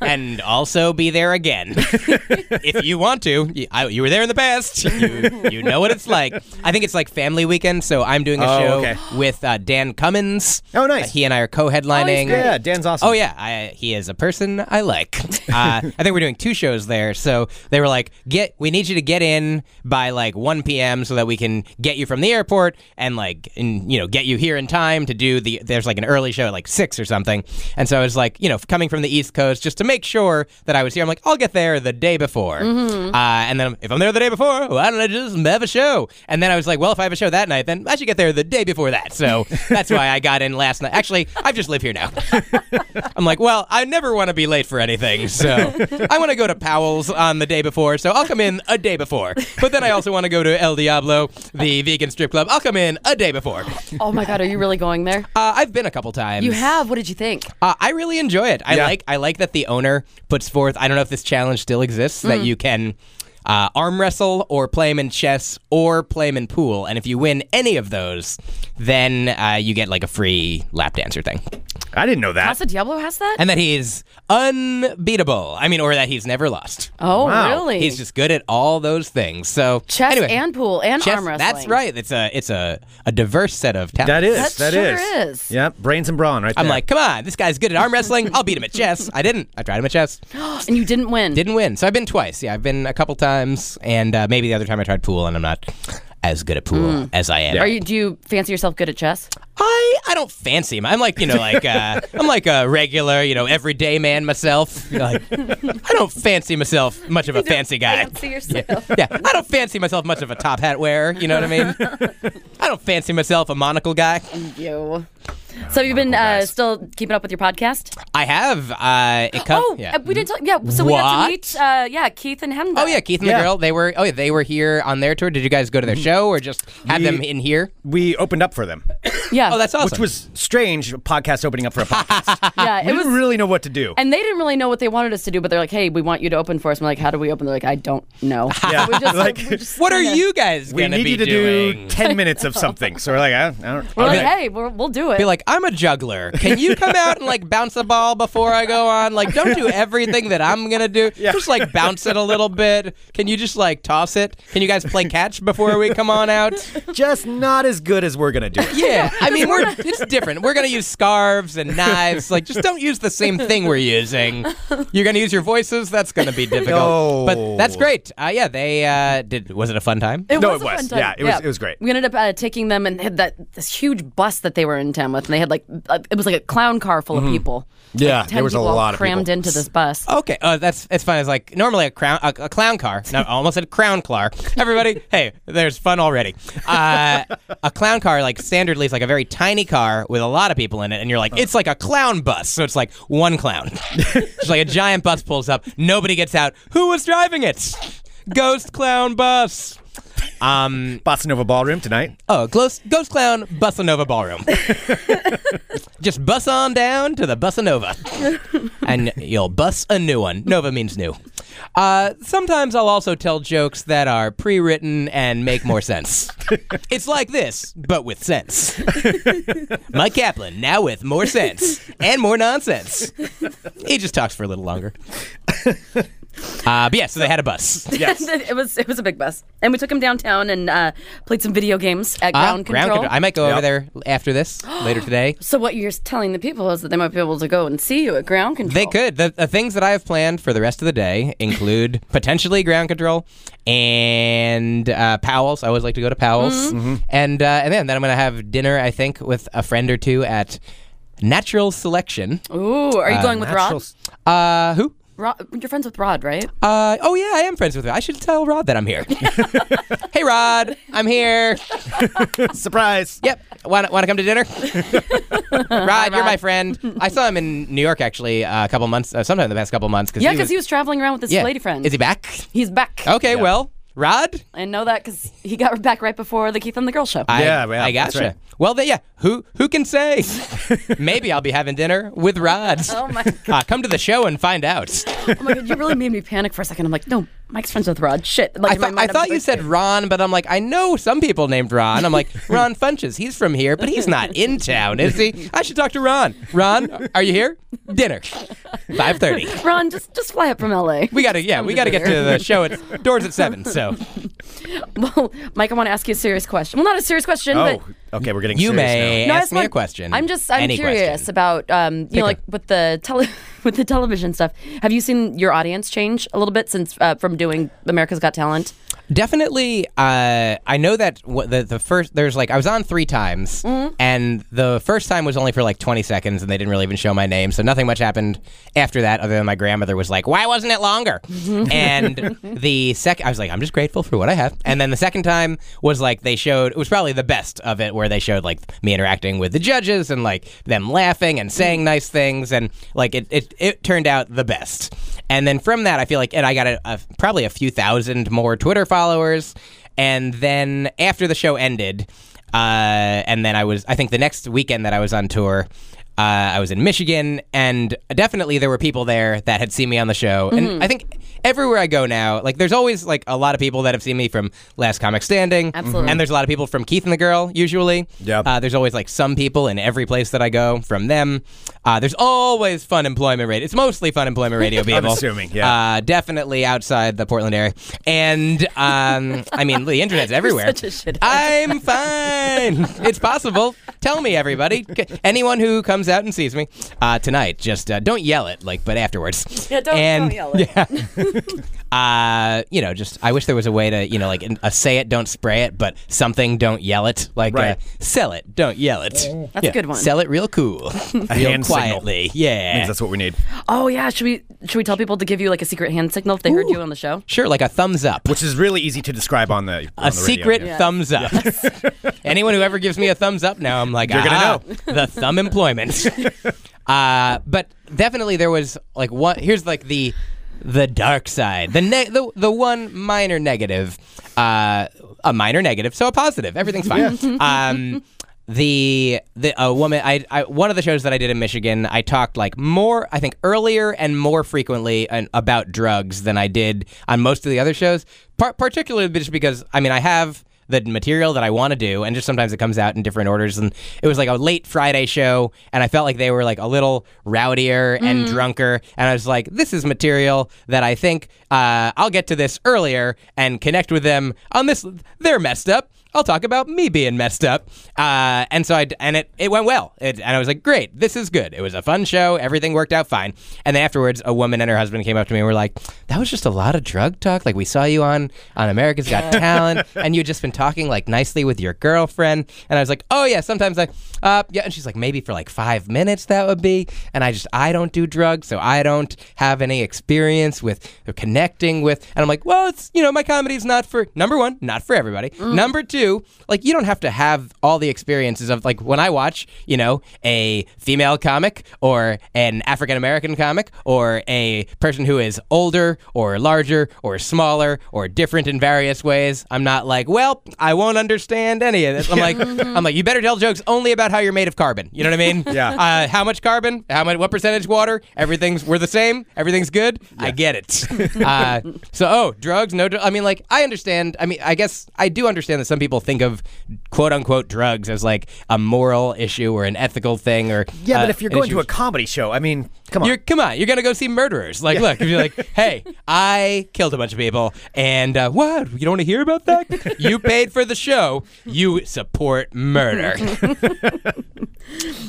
and also be there again if you want to. You, I, you were there in the past. You, you know what it's like. I think it's like family weekend, so I'm doing a Oh, show okay. with uh, Dan Cummins. Oh, nice. Uh, he and I are co-headlining. Yeah. Dan's awesome. Oh yeah, I, he is a person I like. Uh, I think we're doing two shows there, so they were like, "Get, we need you to get in by like 1 p.m. so that we can get you from the airport and like, and, you know, get you here in time to do the." There's like an early show at like six or something, and so I was like, you know, coming from the East Coast just to make sure that I was here. I'm like, I'll get there the day before, uh, and then if I'm there the day before, why don't I just have a show? And then I was like, well, if I have a show that night, then I should get there the day before that. So that's why I got in last night. Actually, I just live here now. I'm like, well, I never want to be late for anything, so I want to go to Powell's on the day before, so I'll come in a day before. But then I also want to go to El Diablo, the vegan strip club. I'll come in a day before. Uh, Oh my God, are you really going there? I've been a couple times. [LAUGHS] You have. What did you think? Uh, I really enjoy it. I Yeah. Mm. like. I like that the owner puts forth. I don't know if this challenge still exists that you can. uh, arm wrestle or play him in chess or play him in pool. And if you win any of those, then uh, you get like a free lap dancer thing. I didn't know that. Casa Diablo has that? And that he's unbeatable. I mean, or that he's never lost. oh, Wow. really? He's just good at all those things. So chess anyway, and pool and chess- arm wrestling. That's right. It's a it's a, a diverse set of talents. That is. That That is. sure is. Yep. Brains and brawn, right I'm there. like, come on, this guy's good at arm wrestling. I'll beat him at chess. I didn't. I tried him [GASPS] at chess. [GASPS] And you didn't win. Didn't win. So I've been twice. Yeah, I've been a couple times, and uh, maybe the other time I tried pool, and I'm not as good at pool Hmm. as I am. Are you? Do you fancy yourself good at chess? I I don't fancy him. I'm [LAUGHS] like you know like uh, I'm like a regular you know everyday man myself. You know, like I don't fancy myself [LAUGHS] much of a [LAUGHS] fancy guy. yourself. yeah, I don't fancy myself much of a top hat wearer. You know what I mean? I don't fancy myself a monocle guy. You. So you've been uh, still keeping up with your podcast? I have. Uh, it comes. oh, yeah. uh, we didn't. Talk, yeah, so we got What? to meet. Uh, yeah, Keith and Hemda. Oh yeah, Keith and Yeah. Mm-hmm. the girl. They were. Oh yeah, they were here on their tour. Did you guys go to their show or just have them in here? we opened up for them, yeah. Oh, that's awesome. which was strange. a Podcast opening up [LAUGHS] for a podcast. yeah. we It was, didn't really know what to do. and they didn't really know what they wanted us to do, but they're like, "Hey, we want you to open for us." I'm like, "How do we open?" They're like, "I don't [LAUGHS] know." Yeah, we just, like, we're just What are kinda- you guys we gonna need be you to do [LAUGHS] doing? ten minutes of something. So we're like, I, I don't. We're like, Okay. "Hey, we're, we'll do it." be like, I'm a juggler. Can you come out and like bounce a ball before I go on? Like, don't do everything that I'm gonna do. Just like bounce it a little bit. Can you just like toss it? Can you guys play catch before we come on out? just not as good as we're gonna [LAUGHS] do. it. [LAUGHS] Yeah, I mean, we're it's different. We're gonna use scarves and knives. Like, just don't use the same thing we're using. You're gonna use your voices. That's gonna be difficult. No. But that's great. Uh, yeah, they uh, did. Was it a fun time? It No, was it a fun was. time. Yeah, it was- it was great. We ended up uh, taking them and they had that this huge bus that they were in town with, and they had like uh, it was like a clown car full Mm-hmm. of people. Yeah, Like, 10 there was a people all lot of crammed people. into this bus. [LAUGHS] Okay, uh, that's it's fun. It's like normally a crown, a, a clown car. No, I almost said crown car. Everybody, hey, there's fun already. Uh, a clown car, like standardly, is like a very tiny car with a lot of people in it, and you're like, it's like a clown bus. So it's like one clown. it's like a giant bus pulls up. Nobody gets out. Who was driving it? Ghost clown bus. Um. Bossa Nova Ballroom [LAUGHS] tonight. Oh, ghost, ghost clown Bossa Nova ballroom. Just bus on down to the Bossa Nova, and you'll bus a new one. Nova means new. Uh, sometimes I'll also tell jokes that are pre-written and make more sense. it's like this, but with sense. Mike Kaplan now with more sense and more nonsense. He just talks for a little longer. Uh, but yeah, so they had a bus. Yes. it was it was a big bus, and we took them downtown and uh, played some video games at Ah, ground, control. I might go over Yep. there after this later today. so what you're telling the people is that they might be able to go and see you at ground control. They could. The, the things that I have planned for the rest of the day [LAUGHS] include potentially ground control and uh, Powell's. I always like to go to Powell's, Mm-hmm. and uh, and then, then I'm going to have dinner. I think with a friend or two at Natural Selection. Ooh, are you going with Rod? Uh, who? Rod? You're friends with Rod, right? Uh, oh yeah, I am friends with her. I should tell Rod that [LAUGHS] I'm here. hey Rod, I'm here. [LAUGHS] Surprise. Yep. Want want to come [LAUGHS] to dinner? Rod, you're my friend. I saw him in New York actually uh, a couple months, uh, sometime the past couple months. Yeah, because he was traveling around with his yeah. lady friend. Is he Oh. back? He's back. Okay, well, Rod, I know that because he got back right before the Keith and the Girl show. I, Yeah, yeah, I that's gotcha. right. Well, then, yeah, who who [LAUGHS] can say? Maybe I'll be having dinner with Rod. [LAUGHS] oh my [LAUGHS] Uh, come to the show and find out. Oh my god, you really made me panic for a second. I'm like, no, Mike's friends with Rod. Shit. Like, I, in my thought- I mind, I'm thought you like, said Ron, but I'm like, I know some people named Ron. [LAUGHS] I'm like, Ron Funches, he's from here, but he's not in town, is he? I should talk to Ron. Ron, are you here? Dinner, five thirty. Ron, just just fly up from LA. We gotta, yeah, we gotta get to the show. At, doors at seven. So [LAUGHS] well, Mike, I want to ask you a serious question. Well, not a serious question, Oh, but okay. We're getting you serious now. may No, I ask just me a want- question. I'm just I'm Any curious question. about um, you Pick know, a- like with the tele [LAUGHS] with the television stuff. Have you seen your audience change a little bit since uh, from doing America's Got Talent? Definitely, uh, I know that w- the the first there's like I was on three times, and the first time was only for like 20 seconds, and they didn't really even show my name, so nothing much happened after that, other than my grandmother was like, "Why wasn't it longer?" and the second, I was like, "I'm just grateful for what I have." And then the second time was like they showed it was probably the best of it, where they showed like me interacting with the judges and like them laughing and saying nice things, and like it it, it turned out the best. And then from that, I feel like, and I got a, a, probably a few thousand more Twitter followers. And then after the show ended, uh, and then I was, I think the next weekend that I was on tour, Uh, I was in Michigan, and definitely there were people there that had seen me on the show. And I think everywhere I go now, like there's always like a lot of people that have seen me from Last Comic Standing, Absolutely. and there's a lot of people from Keith and the Girl usually. Yep. Uh, there's always like some people in every place that I go from them. Uh, there's always fun employment radio. It's mostly fun employment radio people. assuming, yeah. Uh, definitely outside the Portland area, and um, I mean the internet's everywhere. such a shithead. I'm fine. it's possible. Tell me, everybody. C- Anyone who comes out and sees me uh, tonight, just uh, don't yell it. Like, but afterwards. Yeah, don't- And- don't yell it. Yeah. uh, you know, just I wish there was a way to, you know, like in- a say it, don't spray it, but something, don't yell it. Like, Right. uh, sell it, don't yell it. That's a good one. Sell it real [LAUGHS] cool, real hand signal. quietly. Yeah. That's what we need. Oh yeah, should we should we tell people to give you like a secret hand signal if they heard you on the show? Sure, like a thumbs up. Which is really easy to describe on the on a the radio, secret yeah. thumbs up. [LAUGHS] Anyone who ever gives me a thumbs up now, I'm like, You're gonna "Ah, the thumb [LAUGHS] employment. uh, but definitely, there was like one. Here's like the the dark side. The ne- the the one minor negative, uh, a minor negative. So a positive. Everything's fine. [LAUGHS] um, the the a woman I, I one of the shows that I did in Michigan I talked like more I think earlier and more frequently an, about drugs than I did on most of the other shows par- particularly just because I mean I have the material that I want to do and just sometimes it comes out in different orders and it was like a late Friday show and I felt like they were like a little rowdier and drunker and I was like this is material that I think uh, I'll get to this earlier and connect with them on this they're messed up I'll talk about me being messed up. Uh, and so I and it it went well. It, and I was like, great, this is good. It was a fun show. Everything worked out fine. And then afterwards, a woman and her husband came up to me and were like, that was just a lot of drug talk. Like we saw you on on America's Got Talent, and you'd just been talking like nicely with your girlfriend. And I was like, oh yeah, sometimes I uh, yeah. And she's like, maybe for like five minutes that would be. And I just I don't do drugs, so I don't have any experience with connecting with. And I'm like, well, it's you know my comedy's not for number one, not for everybody. Number two, like you don't have to have all the experiences of like when I watch, you know, a female comic or an African American comic or a person who is older or larger or smaller or different in various ways. I'm not like, well, I won't understand any of this. I'm like, I'm like, you better tell jokes only about how you're made of carbon. You know what I mean? Yeah. Uh, how much carbon? How much? What percentage water? Everything's we're the same. Everything's good. I get it. [LAUGHS] uh, so oh, drugs? No. Dr- I mean, like I understand. I mean, I guess I do understand that some people think of quote unquote drugs as like a moral issue or an ethical thing or Yeah, but uh, if you're an going to issue- a comedy show, I mean, come on. you're come on, you're gonna go see murderers. Like, look, if you're like, [LAUGHS] hey, I killed a bunch of people, and uh, what? You don't want to hear about that? you paid for the show. You [LAUGHS] support murder.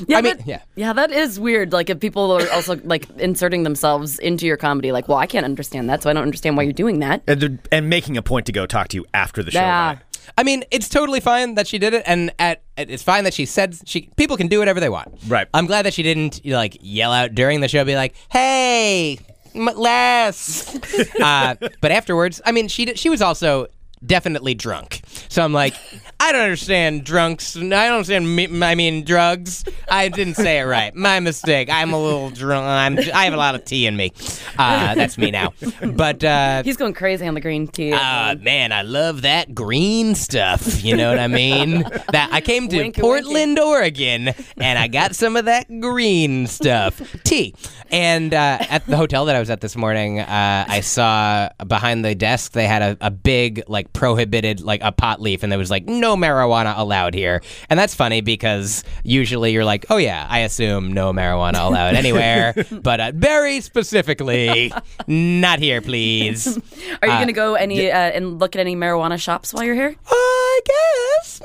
Yeah, I mean, but- yeah. that is weird. Like if people are also like inserting themselves into your comedy, like, well, I can't understand that, so I don't understand why you're doing that. and, they're- and making a point to go talk to you after the show. Yeah. about it. I mean, it's totally fine that she did it, and at it's fine that she said she. People can do whatever they want. Right. I'm glad that she didn't you know, like yell out during the show, be like, "Hey, m- less." uh, but afterwards, I mean, she did, she was also definitely drunk. So I'm like, I don't understand drunks. I don't understand. Me, I mean, drugs. I didn't say it right. My mistake. I'm a little drunk. I'm. I have a lot of tea in me. Uh, that's me now. But uh, He's going crazy on the green tea. Ah, man, I love that green stuff. You know what [LAUGHS] I mean? that I came to Winky, Portland, Oregon, and I got some of that green stuff, tea. And uh, at the hotel that I was at this morning, uh, I saw behind the desk they had a, a big like prohibited like a pot leaf, and there was like no marijuana allowed here. And that's funny because usually you're like, oh yeah, I assume no marijuana [LAUGHS] allowed anywhere, but uh, very specifically, not here, please. are you going to go any uh, and look at any marijuana shops while you're here? I guess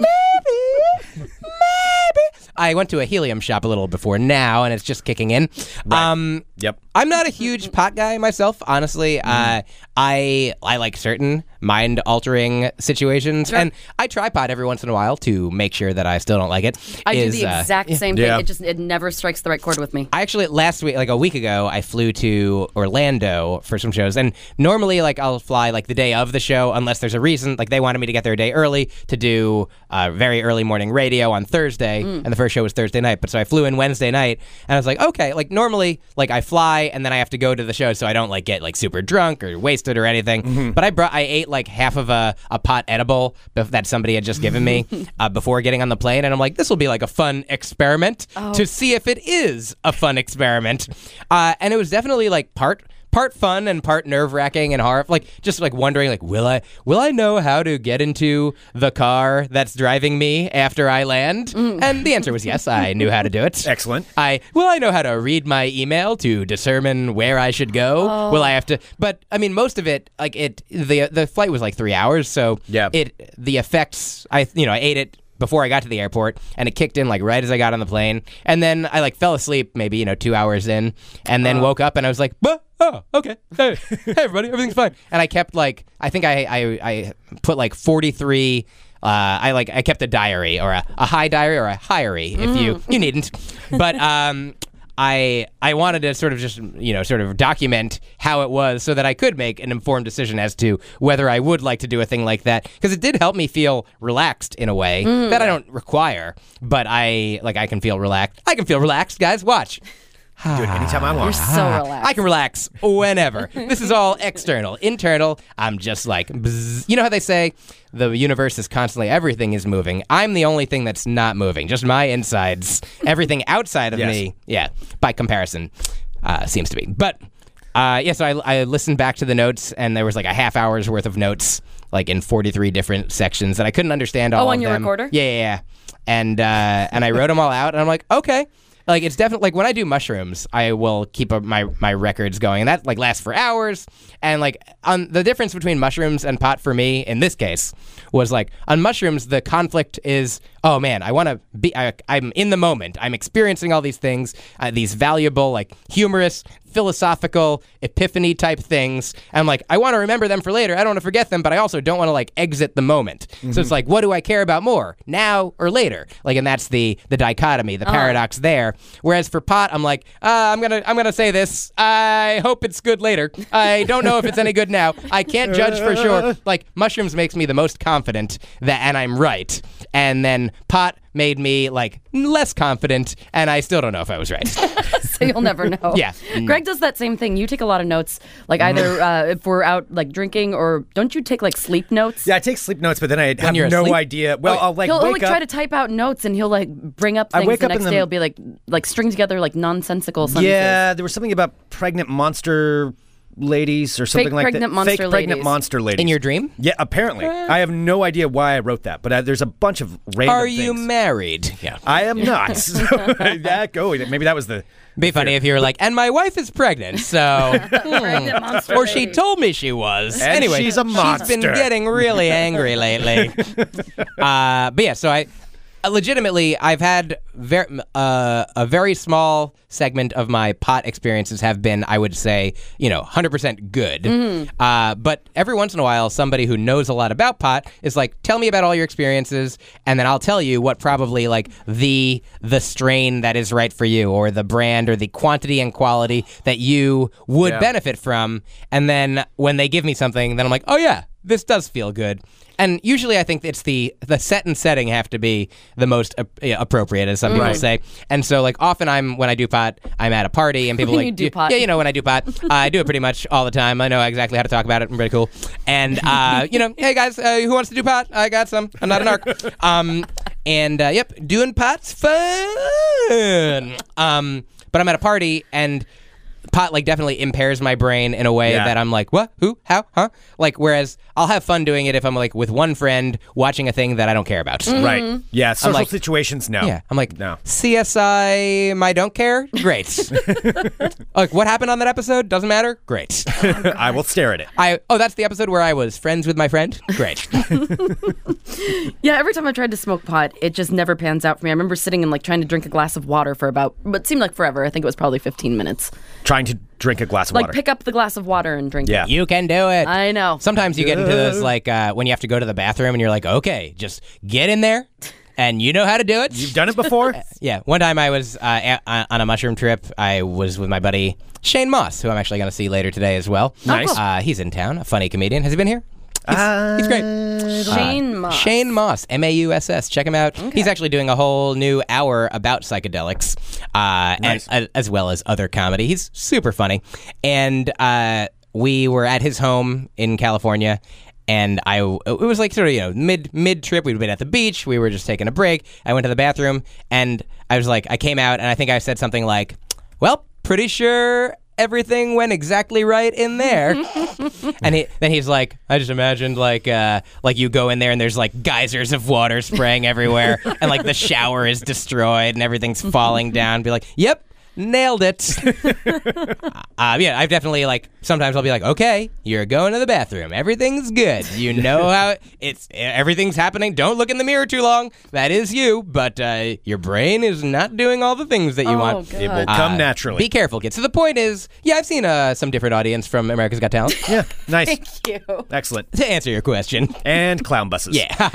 maybe, maybe. I went to a helium shop a little before now, and it's just kicking in. Um, Yep. I'm not a huge pot guy myself, Mm. honestly. Uh, I I like certain mind altering situations, and I try pot every once in a while to make sure that I still don't like it. I is, do the uh, exact same thing. Yeah. It just it never strikes the right chord with me. I actually last week, like a week ago, I flew to Orlando for some shows, and normally, like I'll fly like the day of the show unless there's a reason. Like they wanted me to get there a day early to do uh, very early morning radio on Thursday, and the first show was Thursday night. But so I flew in Wednesday night, and I was like, okay, like normally, like I fly night, and then I have to go to the show, so I don't like get like super drunk or wasted or anything. But I brought, I ate like half of a, a pot edible bef- that somebody had just given me uh, before getting on the plane, and I'm like, this will be like a fun experiment to see if it is a fun experiment. Uh, and it was definitely like part part fun and part nerve wracking and horror like just like wondering like will I will I know how to get into the car that's driving me after I land? And the answer was yes, I knew how to do it. Excellent. I will I know how to read my email to determine where I should go. Will I have to but I mean most of it like it the the flight was like 3 hours so Yeah. it the effects I you know I ate it before I got to the airport and it kicked in like right as I got on the plane and then I like fell asleep maybe you know 2 hours in and then woke up and I was like "Buh, oh okay hey, hey everybody everything's fine and I kept like I think I I, I put like 43 uh, I like I kept a diary or a, a high diary or a hiery if you you needn't but um I I wanted to sort of just you know sort of document how it was so that I could make an informed decision as to whether I would like to do a thing like that because it did help me feel relaxed in a way that I don't require but I like I can feel relaxed I can feel relaxed guys watch Do it Ah, anytime I want. So relaxed. [LAUGHS] I can relax whenever this is all external internal I'm just like bzz. you know how they say the universe is constantly everything is moving I'm the only thing that's not moving just my insides everything outside of Yes. me yeah, by comparison, uh, seems to be. But uh, yeah, so I, I listened back to the notes, and there was like a half hour's worth of notes, like in 43 different sections, and I couldn't understand all Oh, of on your them. recorder? Yeah, yeah, yeah. And, uh, and I wrote them all out, and I'm like, okay. Like it's definitely like when I do mushrooms, I will keep up my my records going, and that like lasts for hours. And like on the difference between mushrooms and pot for me in this case was like on mushrooms the conflict is oh man I want to be I, I'm in the moment I'm experiencing all these things uh, these valuable like humorous philosophical epiphany type things. I'm like, I want to remember them for later. I don't want to forget them, but I also don't want to like exit the moment. So it's like, what do I care about more, now or later? Like, and that's the the dichotomy, the paradox there. Whereas for pot, I'm like, uh, I'm gonna I'm gonna say this. I hope it's good later. I don't know if it's any good now. I can't judge for sure. Like mushrooms makes me the most confident that, and I'm right. And then pot made me like less confident, and I still don't know if I was right. so you'll never know. Yeah. Greg does that same thing. You take a lot of notes, like either Mm-hmm. uh, if we're out like drinking or don't you take like sleep notes? Yeah, I take sleep notes, but then I have you're no asleep? Oh, idea. Well, I'll like He'll wake like up. try to type out notes and he'll like bring up I things wake the up in next the- day. He'll be like like string together like nonsensical sentences. Yeah, there was something about pregnant monster ladies or something like pregnant that. monster Fake pregnant ladies. monster ladies. [LAUGHS] In your dream? Yeah, apparently. I have no idea why I wrote that, but I, there's a bunch of random Are you things. married? Yeah. I am not. [LAUGHS] So that go. Maybe that was the. Be funny if you were like, and my wife is [LAUGHS] pregnant, so. hmm." Pregnant monster or she lady. told me she was. And anyway, she's a monster. She's been getting really angry lately. [LAUGHS] uh, but yeah, so I. uh, Legitimately, I've had ver- uh, a very small segment of my pot experiences have been, I would say, you know, 100% good. Uh, but every once in a while, somebody who knows a lot about pot is like, "Tell me about all your experiences, and then I'll tell you what probably like the the strain that is right for you, or the brand, or the quantity and quality that you would benefit from." And then when they give me something, then I'm like, "Oh yeah, this does feel good. And usually, I think it's the the set and setting have to be the most ap- yeah, appropriate, as some people say. And so, like often, I'm when I do pot, I'm at a party, and [LAUGHS] people You like, do "Yeah, pot. yeah, you know, when I do pot, uh, I do it pretty much all the time. I know exactly how to talk about it. I'm pretty cool. And uh, you know, hey guys, uh, who wants to do pot? I got some. I'm not [LAUGHS] an arc. Um, and uh, yep, doing pot's fun. Um, but I'm at a party and pot like definitely impairs my brain in a way Yeah. that I'm like, what, who, how, huh? Like, whereas I'll have fun doing it if I'm like with one friend watching a thing that I don't care about. Mm-hmm. Right. Yeah, social like- situations, no. Yeah, [LAUGHS] I'm like no. CSI. My don't care. Great. like what happened on that episode doesn't matter. Great. I will stare at it. I oh that's the episode where I was friends with my friend. [LAUGHS] Great. Yeah, every time I tried to smoke pot, it just never pans out for me. I remember sitting and like trying to drink a glass of water for about what seemed like forever. I think it was probably 15 minutes. Trying to drink a glass of Like water. pick up the glass of water and drink Yeah. it. you can do it. I know. Sometimes you get into those like uh, when you have to go to the bathroom and you're like, okay, just get in there, and you know how to do it. You've done it [LAUGHS] before? Yeah, one time I was uh, a- on a mushroom trip. I was with my buddy Shane Moss, who I'm actually going to see later today as well. Nice. Uh, he's in town, a funny comedian. Has he been here? He's, Ah, he's great. Shane Moss. Shane Moss, M A U S S. Check him out. He's actually doing a whole new hour about psychedelics, uh, and, uh, as well as other comedy. He's super funny. And uh, we were at his home in California. And I, it was like sort of you know mid mid trip. We'd been at the beach. We were just taking a break. I went to the bathroom, and I was like, I came out, and I think I said something like, "Well, pretty sure everything went exactly right [LAUGHS] in there. and he, then he's like, I just imagined like uh, like you go in there and there's like geysers of water spraying [LAUGHS] everywhere, and like the shower is destroyed and everything's Mhm. falling down. Be like, yep. [LAUGHS] Nailed it. uh, yeah, I've definitely like sometimes I'll be like, okay, you're going to the bathroom. Everything's good. [LAUGHS] You know how it- it's e, everything's happening. Don't look in the mirror too long. That is you, but uh, your brain is not doing all the things that you Oh, want. God. It will come Uh, naturally. Be careful, kids. So the point is, yeah, I've seen uh, some different audience from America's Got Talent. yeah, nice. Thank you. Excellent. to answer your question, And clown buses. [LAUGHS] yeah,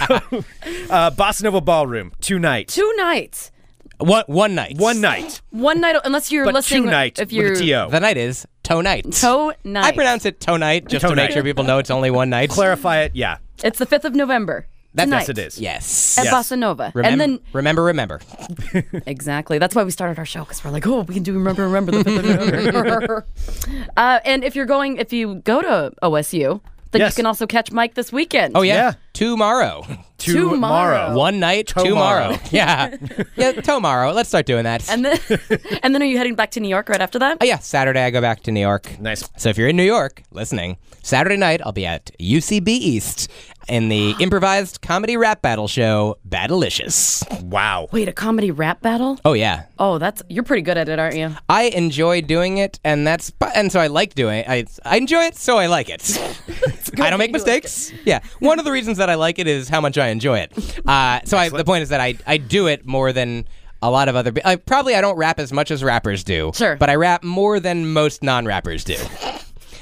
Uh, Bossa Nova Ballroom, two nights. Two nights. one one night, One night. One night, unless you're But listening. two nights if you're with a T-O. The night is tonight. Toe night. I pronounce it tonight just to Tonight. make sure people know it's only one night. Clarify it. Yeah. It's the fifth of November. That's- Tonight Yes, it is. Yes. At Yes. Bossa Nova. Remember, and [LAUGHS] then remember, remember. Exactly. That's why we started our show because we're like, oh, we can do remember, remember the fifth of [LAUGHS] November. uh, and if you're going, if you go to OSU, then Yes. you can also catch Mike this weekend. Oh yeah, Yeah. tomorrow. Tomorrow. One night Tomorrow. tomorrow. [LAUGHS] yeah, yeah, tomorrow. Let's start doing that. And then, and then are you heading back to New York right after that? Oh, yeah, Saturday I go back to New York. Nice. So if you're in New York listening, Saturday night I'll be at UCB East in the improvised comedy rap battle show Battleicious. Wow. Wait, a comedy rap battle? Oh yeah. Oh, that's you're pretty good at it, aren't you? I enjoy doing it and that's and so I like doing it. I I enjoy it so I like it. [LAUGHS] I don't make mistakes. yeah. One of the reasons that I like it is how much I enjoy it. Uh, so I, the point is that I I do it more than a lot of other I, probably I don't rap as much as rappers do. Sure. But I rap more than most non-rappers do. So,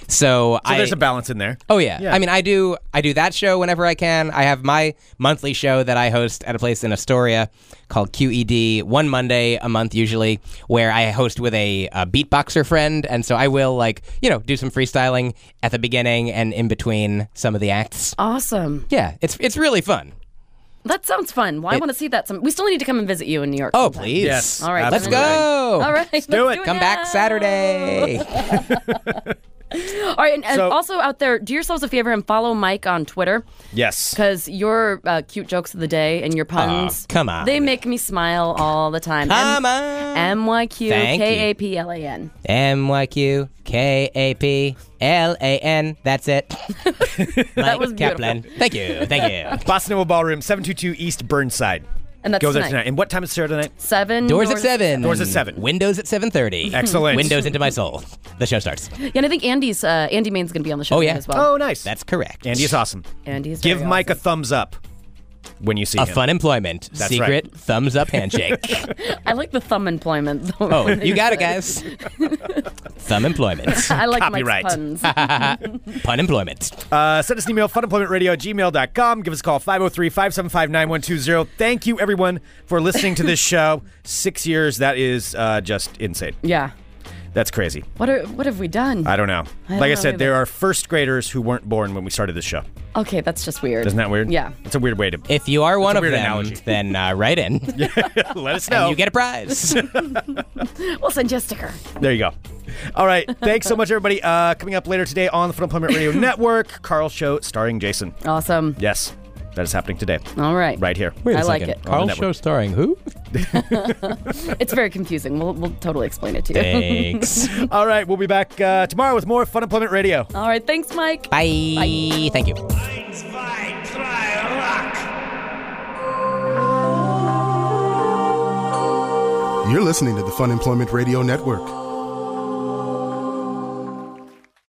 So I, there's a balance in there. Oh yeah. Yeah. I mean, I do I do that show whenever I can. I have my monthly show that I host at a place in Astoria called QED, one Monday a month usually, where I host with a, a beatboxer friend, and so I will like you know do some freestyling at the beginning and in between some of the acts. Awesome. Yeah, it's it's really fun. That sounds fun. Well, I want to see that. Some we still need to come and visit you in New York. Oh sometime. please. Yes. All right, Let's absolutely. go. All right, let's oh. do it. Come back now. Saturday. All right, and, and So- also out there, do yourselves a favor and follow Mike on Twitter. Yes. Because your uh, cute jokes of the day and your puns. Ah, come on. They make me smile all the time. Come on. M Y Q Thank you. K A P L A N. M Y Q K A P L A N. [LAUGHS] That's it. that was beautiful. Kaplan. Thank you. Thank [LAUGHS] you. Bossa Nova Ballroom, 722 East Burnside. And that's Go there tonight. tonight. And what time is Sarah tonight? Seven. Doors at seven. Doors at seven. Windows at seven thirty. Excellent. Windows into my soul. The show starts. Yeah, and I think Andy's uh, Andy Main's going to be on the show Oh, yeah. as well. Oh, nice. That's correct. Andy is awesome. Andy's Oh, Give very Mike a thumbs up when you see A him. fun employment. That's Secret right. thumbs up handshake. [LAUGHS] awesome. I like the thumb employment. Though. oh, you got [LAUGHS] it, guys. Thumb employment. [LAUGHS] I like Copyright. Mike's puns. [LAUGHS] Pun employment. Uh, send us an email, funemploymentradio at gmail.com. Give us a call, 503 575 9120. Thank you, everyone, for listening to [LAUGHS] this show. Six years, that is uh, just insane. yeah. That's crazy. What are, what have we done? I don't know. don't like I know said, either. there are first graders who weren't born when we started this show. okay, that's just weird. Isn't that weird? Yeah. It's a weird way to If you are one of weird them, analogy. then uh, write in. [LAUGHS] let us know. And you get a [LAUGHS] prize. We'll send you a sticker. There you go. All right. Thanks so much, everybody. Uh, coming up later today on the Fun Employment [LAUGHS] Radio Network, Carl Show starring Jason. Awesome. Yes, that is happening today. All right. Right here. Wait a I like second. it. Carl On the network. starring who? It's very confusing. We'll, we'll totally explain it to you. Thanks. All right. We'll be back uh, tomorrow with more Fun Employment Radio. [LAUGHS] All right. Thanks, Mike. Bye. Thank you. Eins, zwei, drei, rock! You're listening to the Fun Employment Radio Network.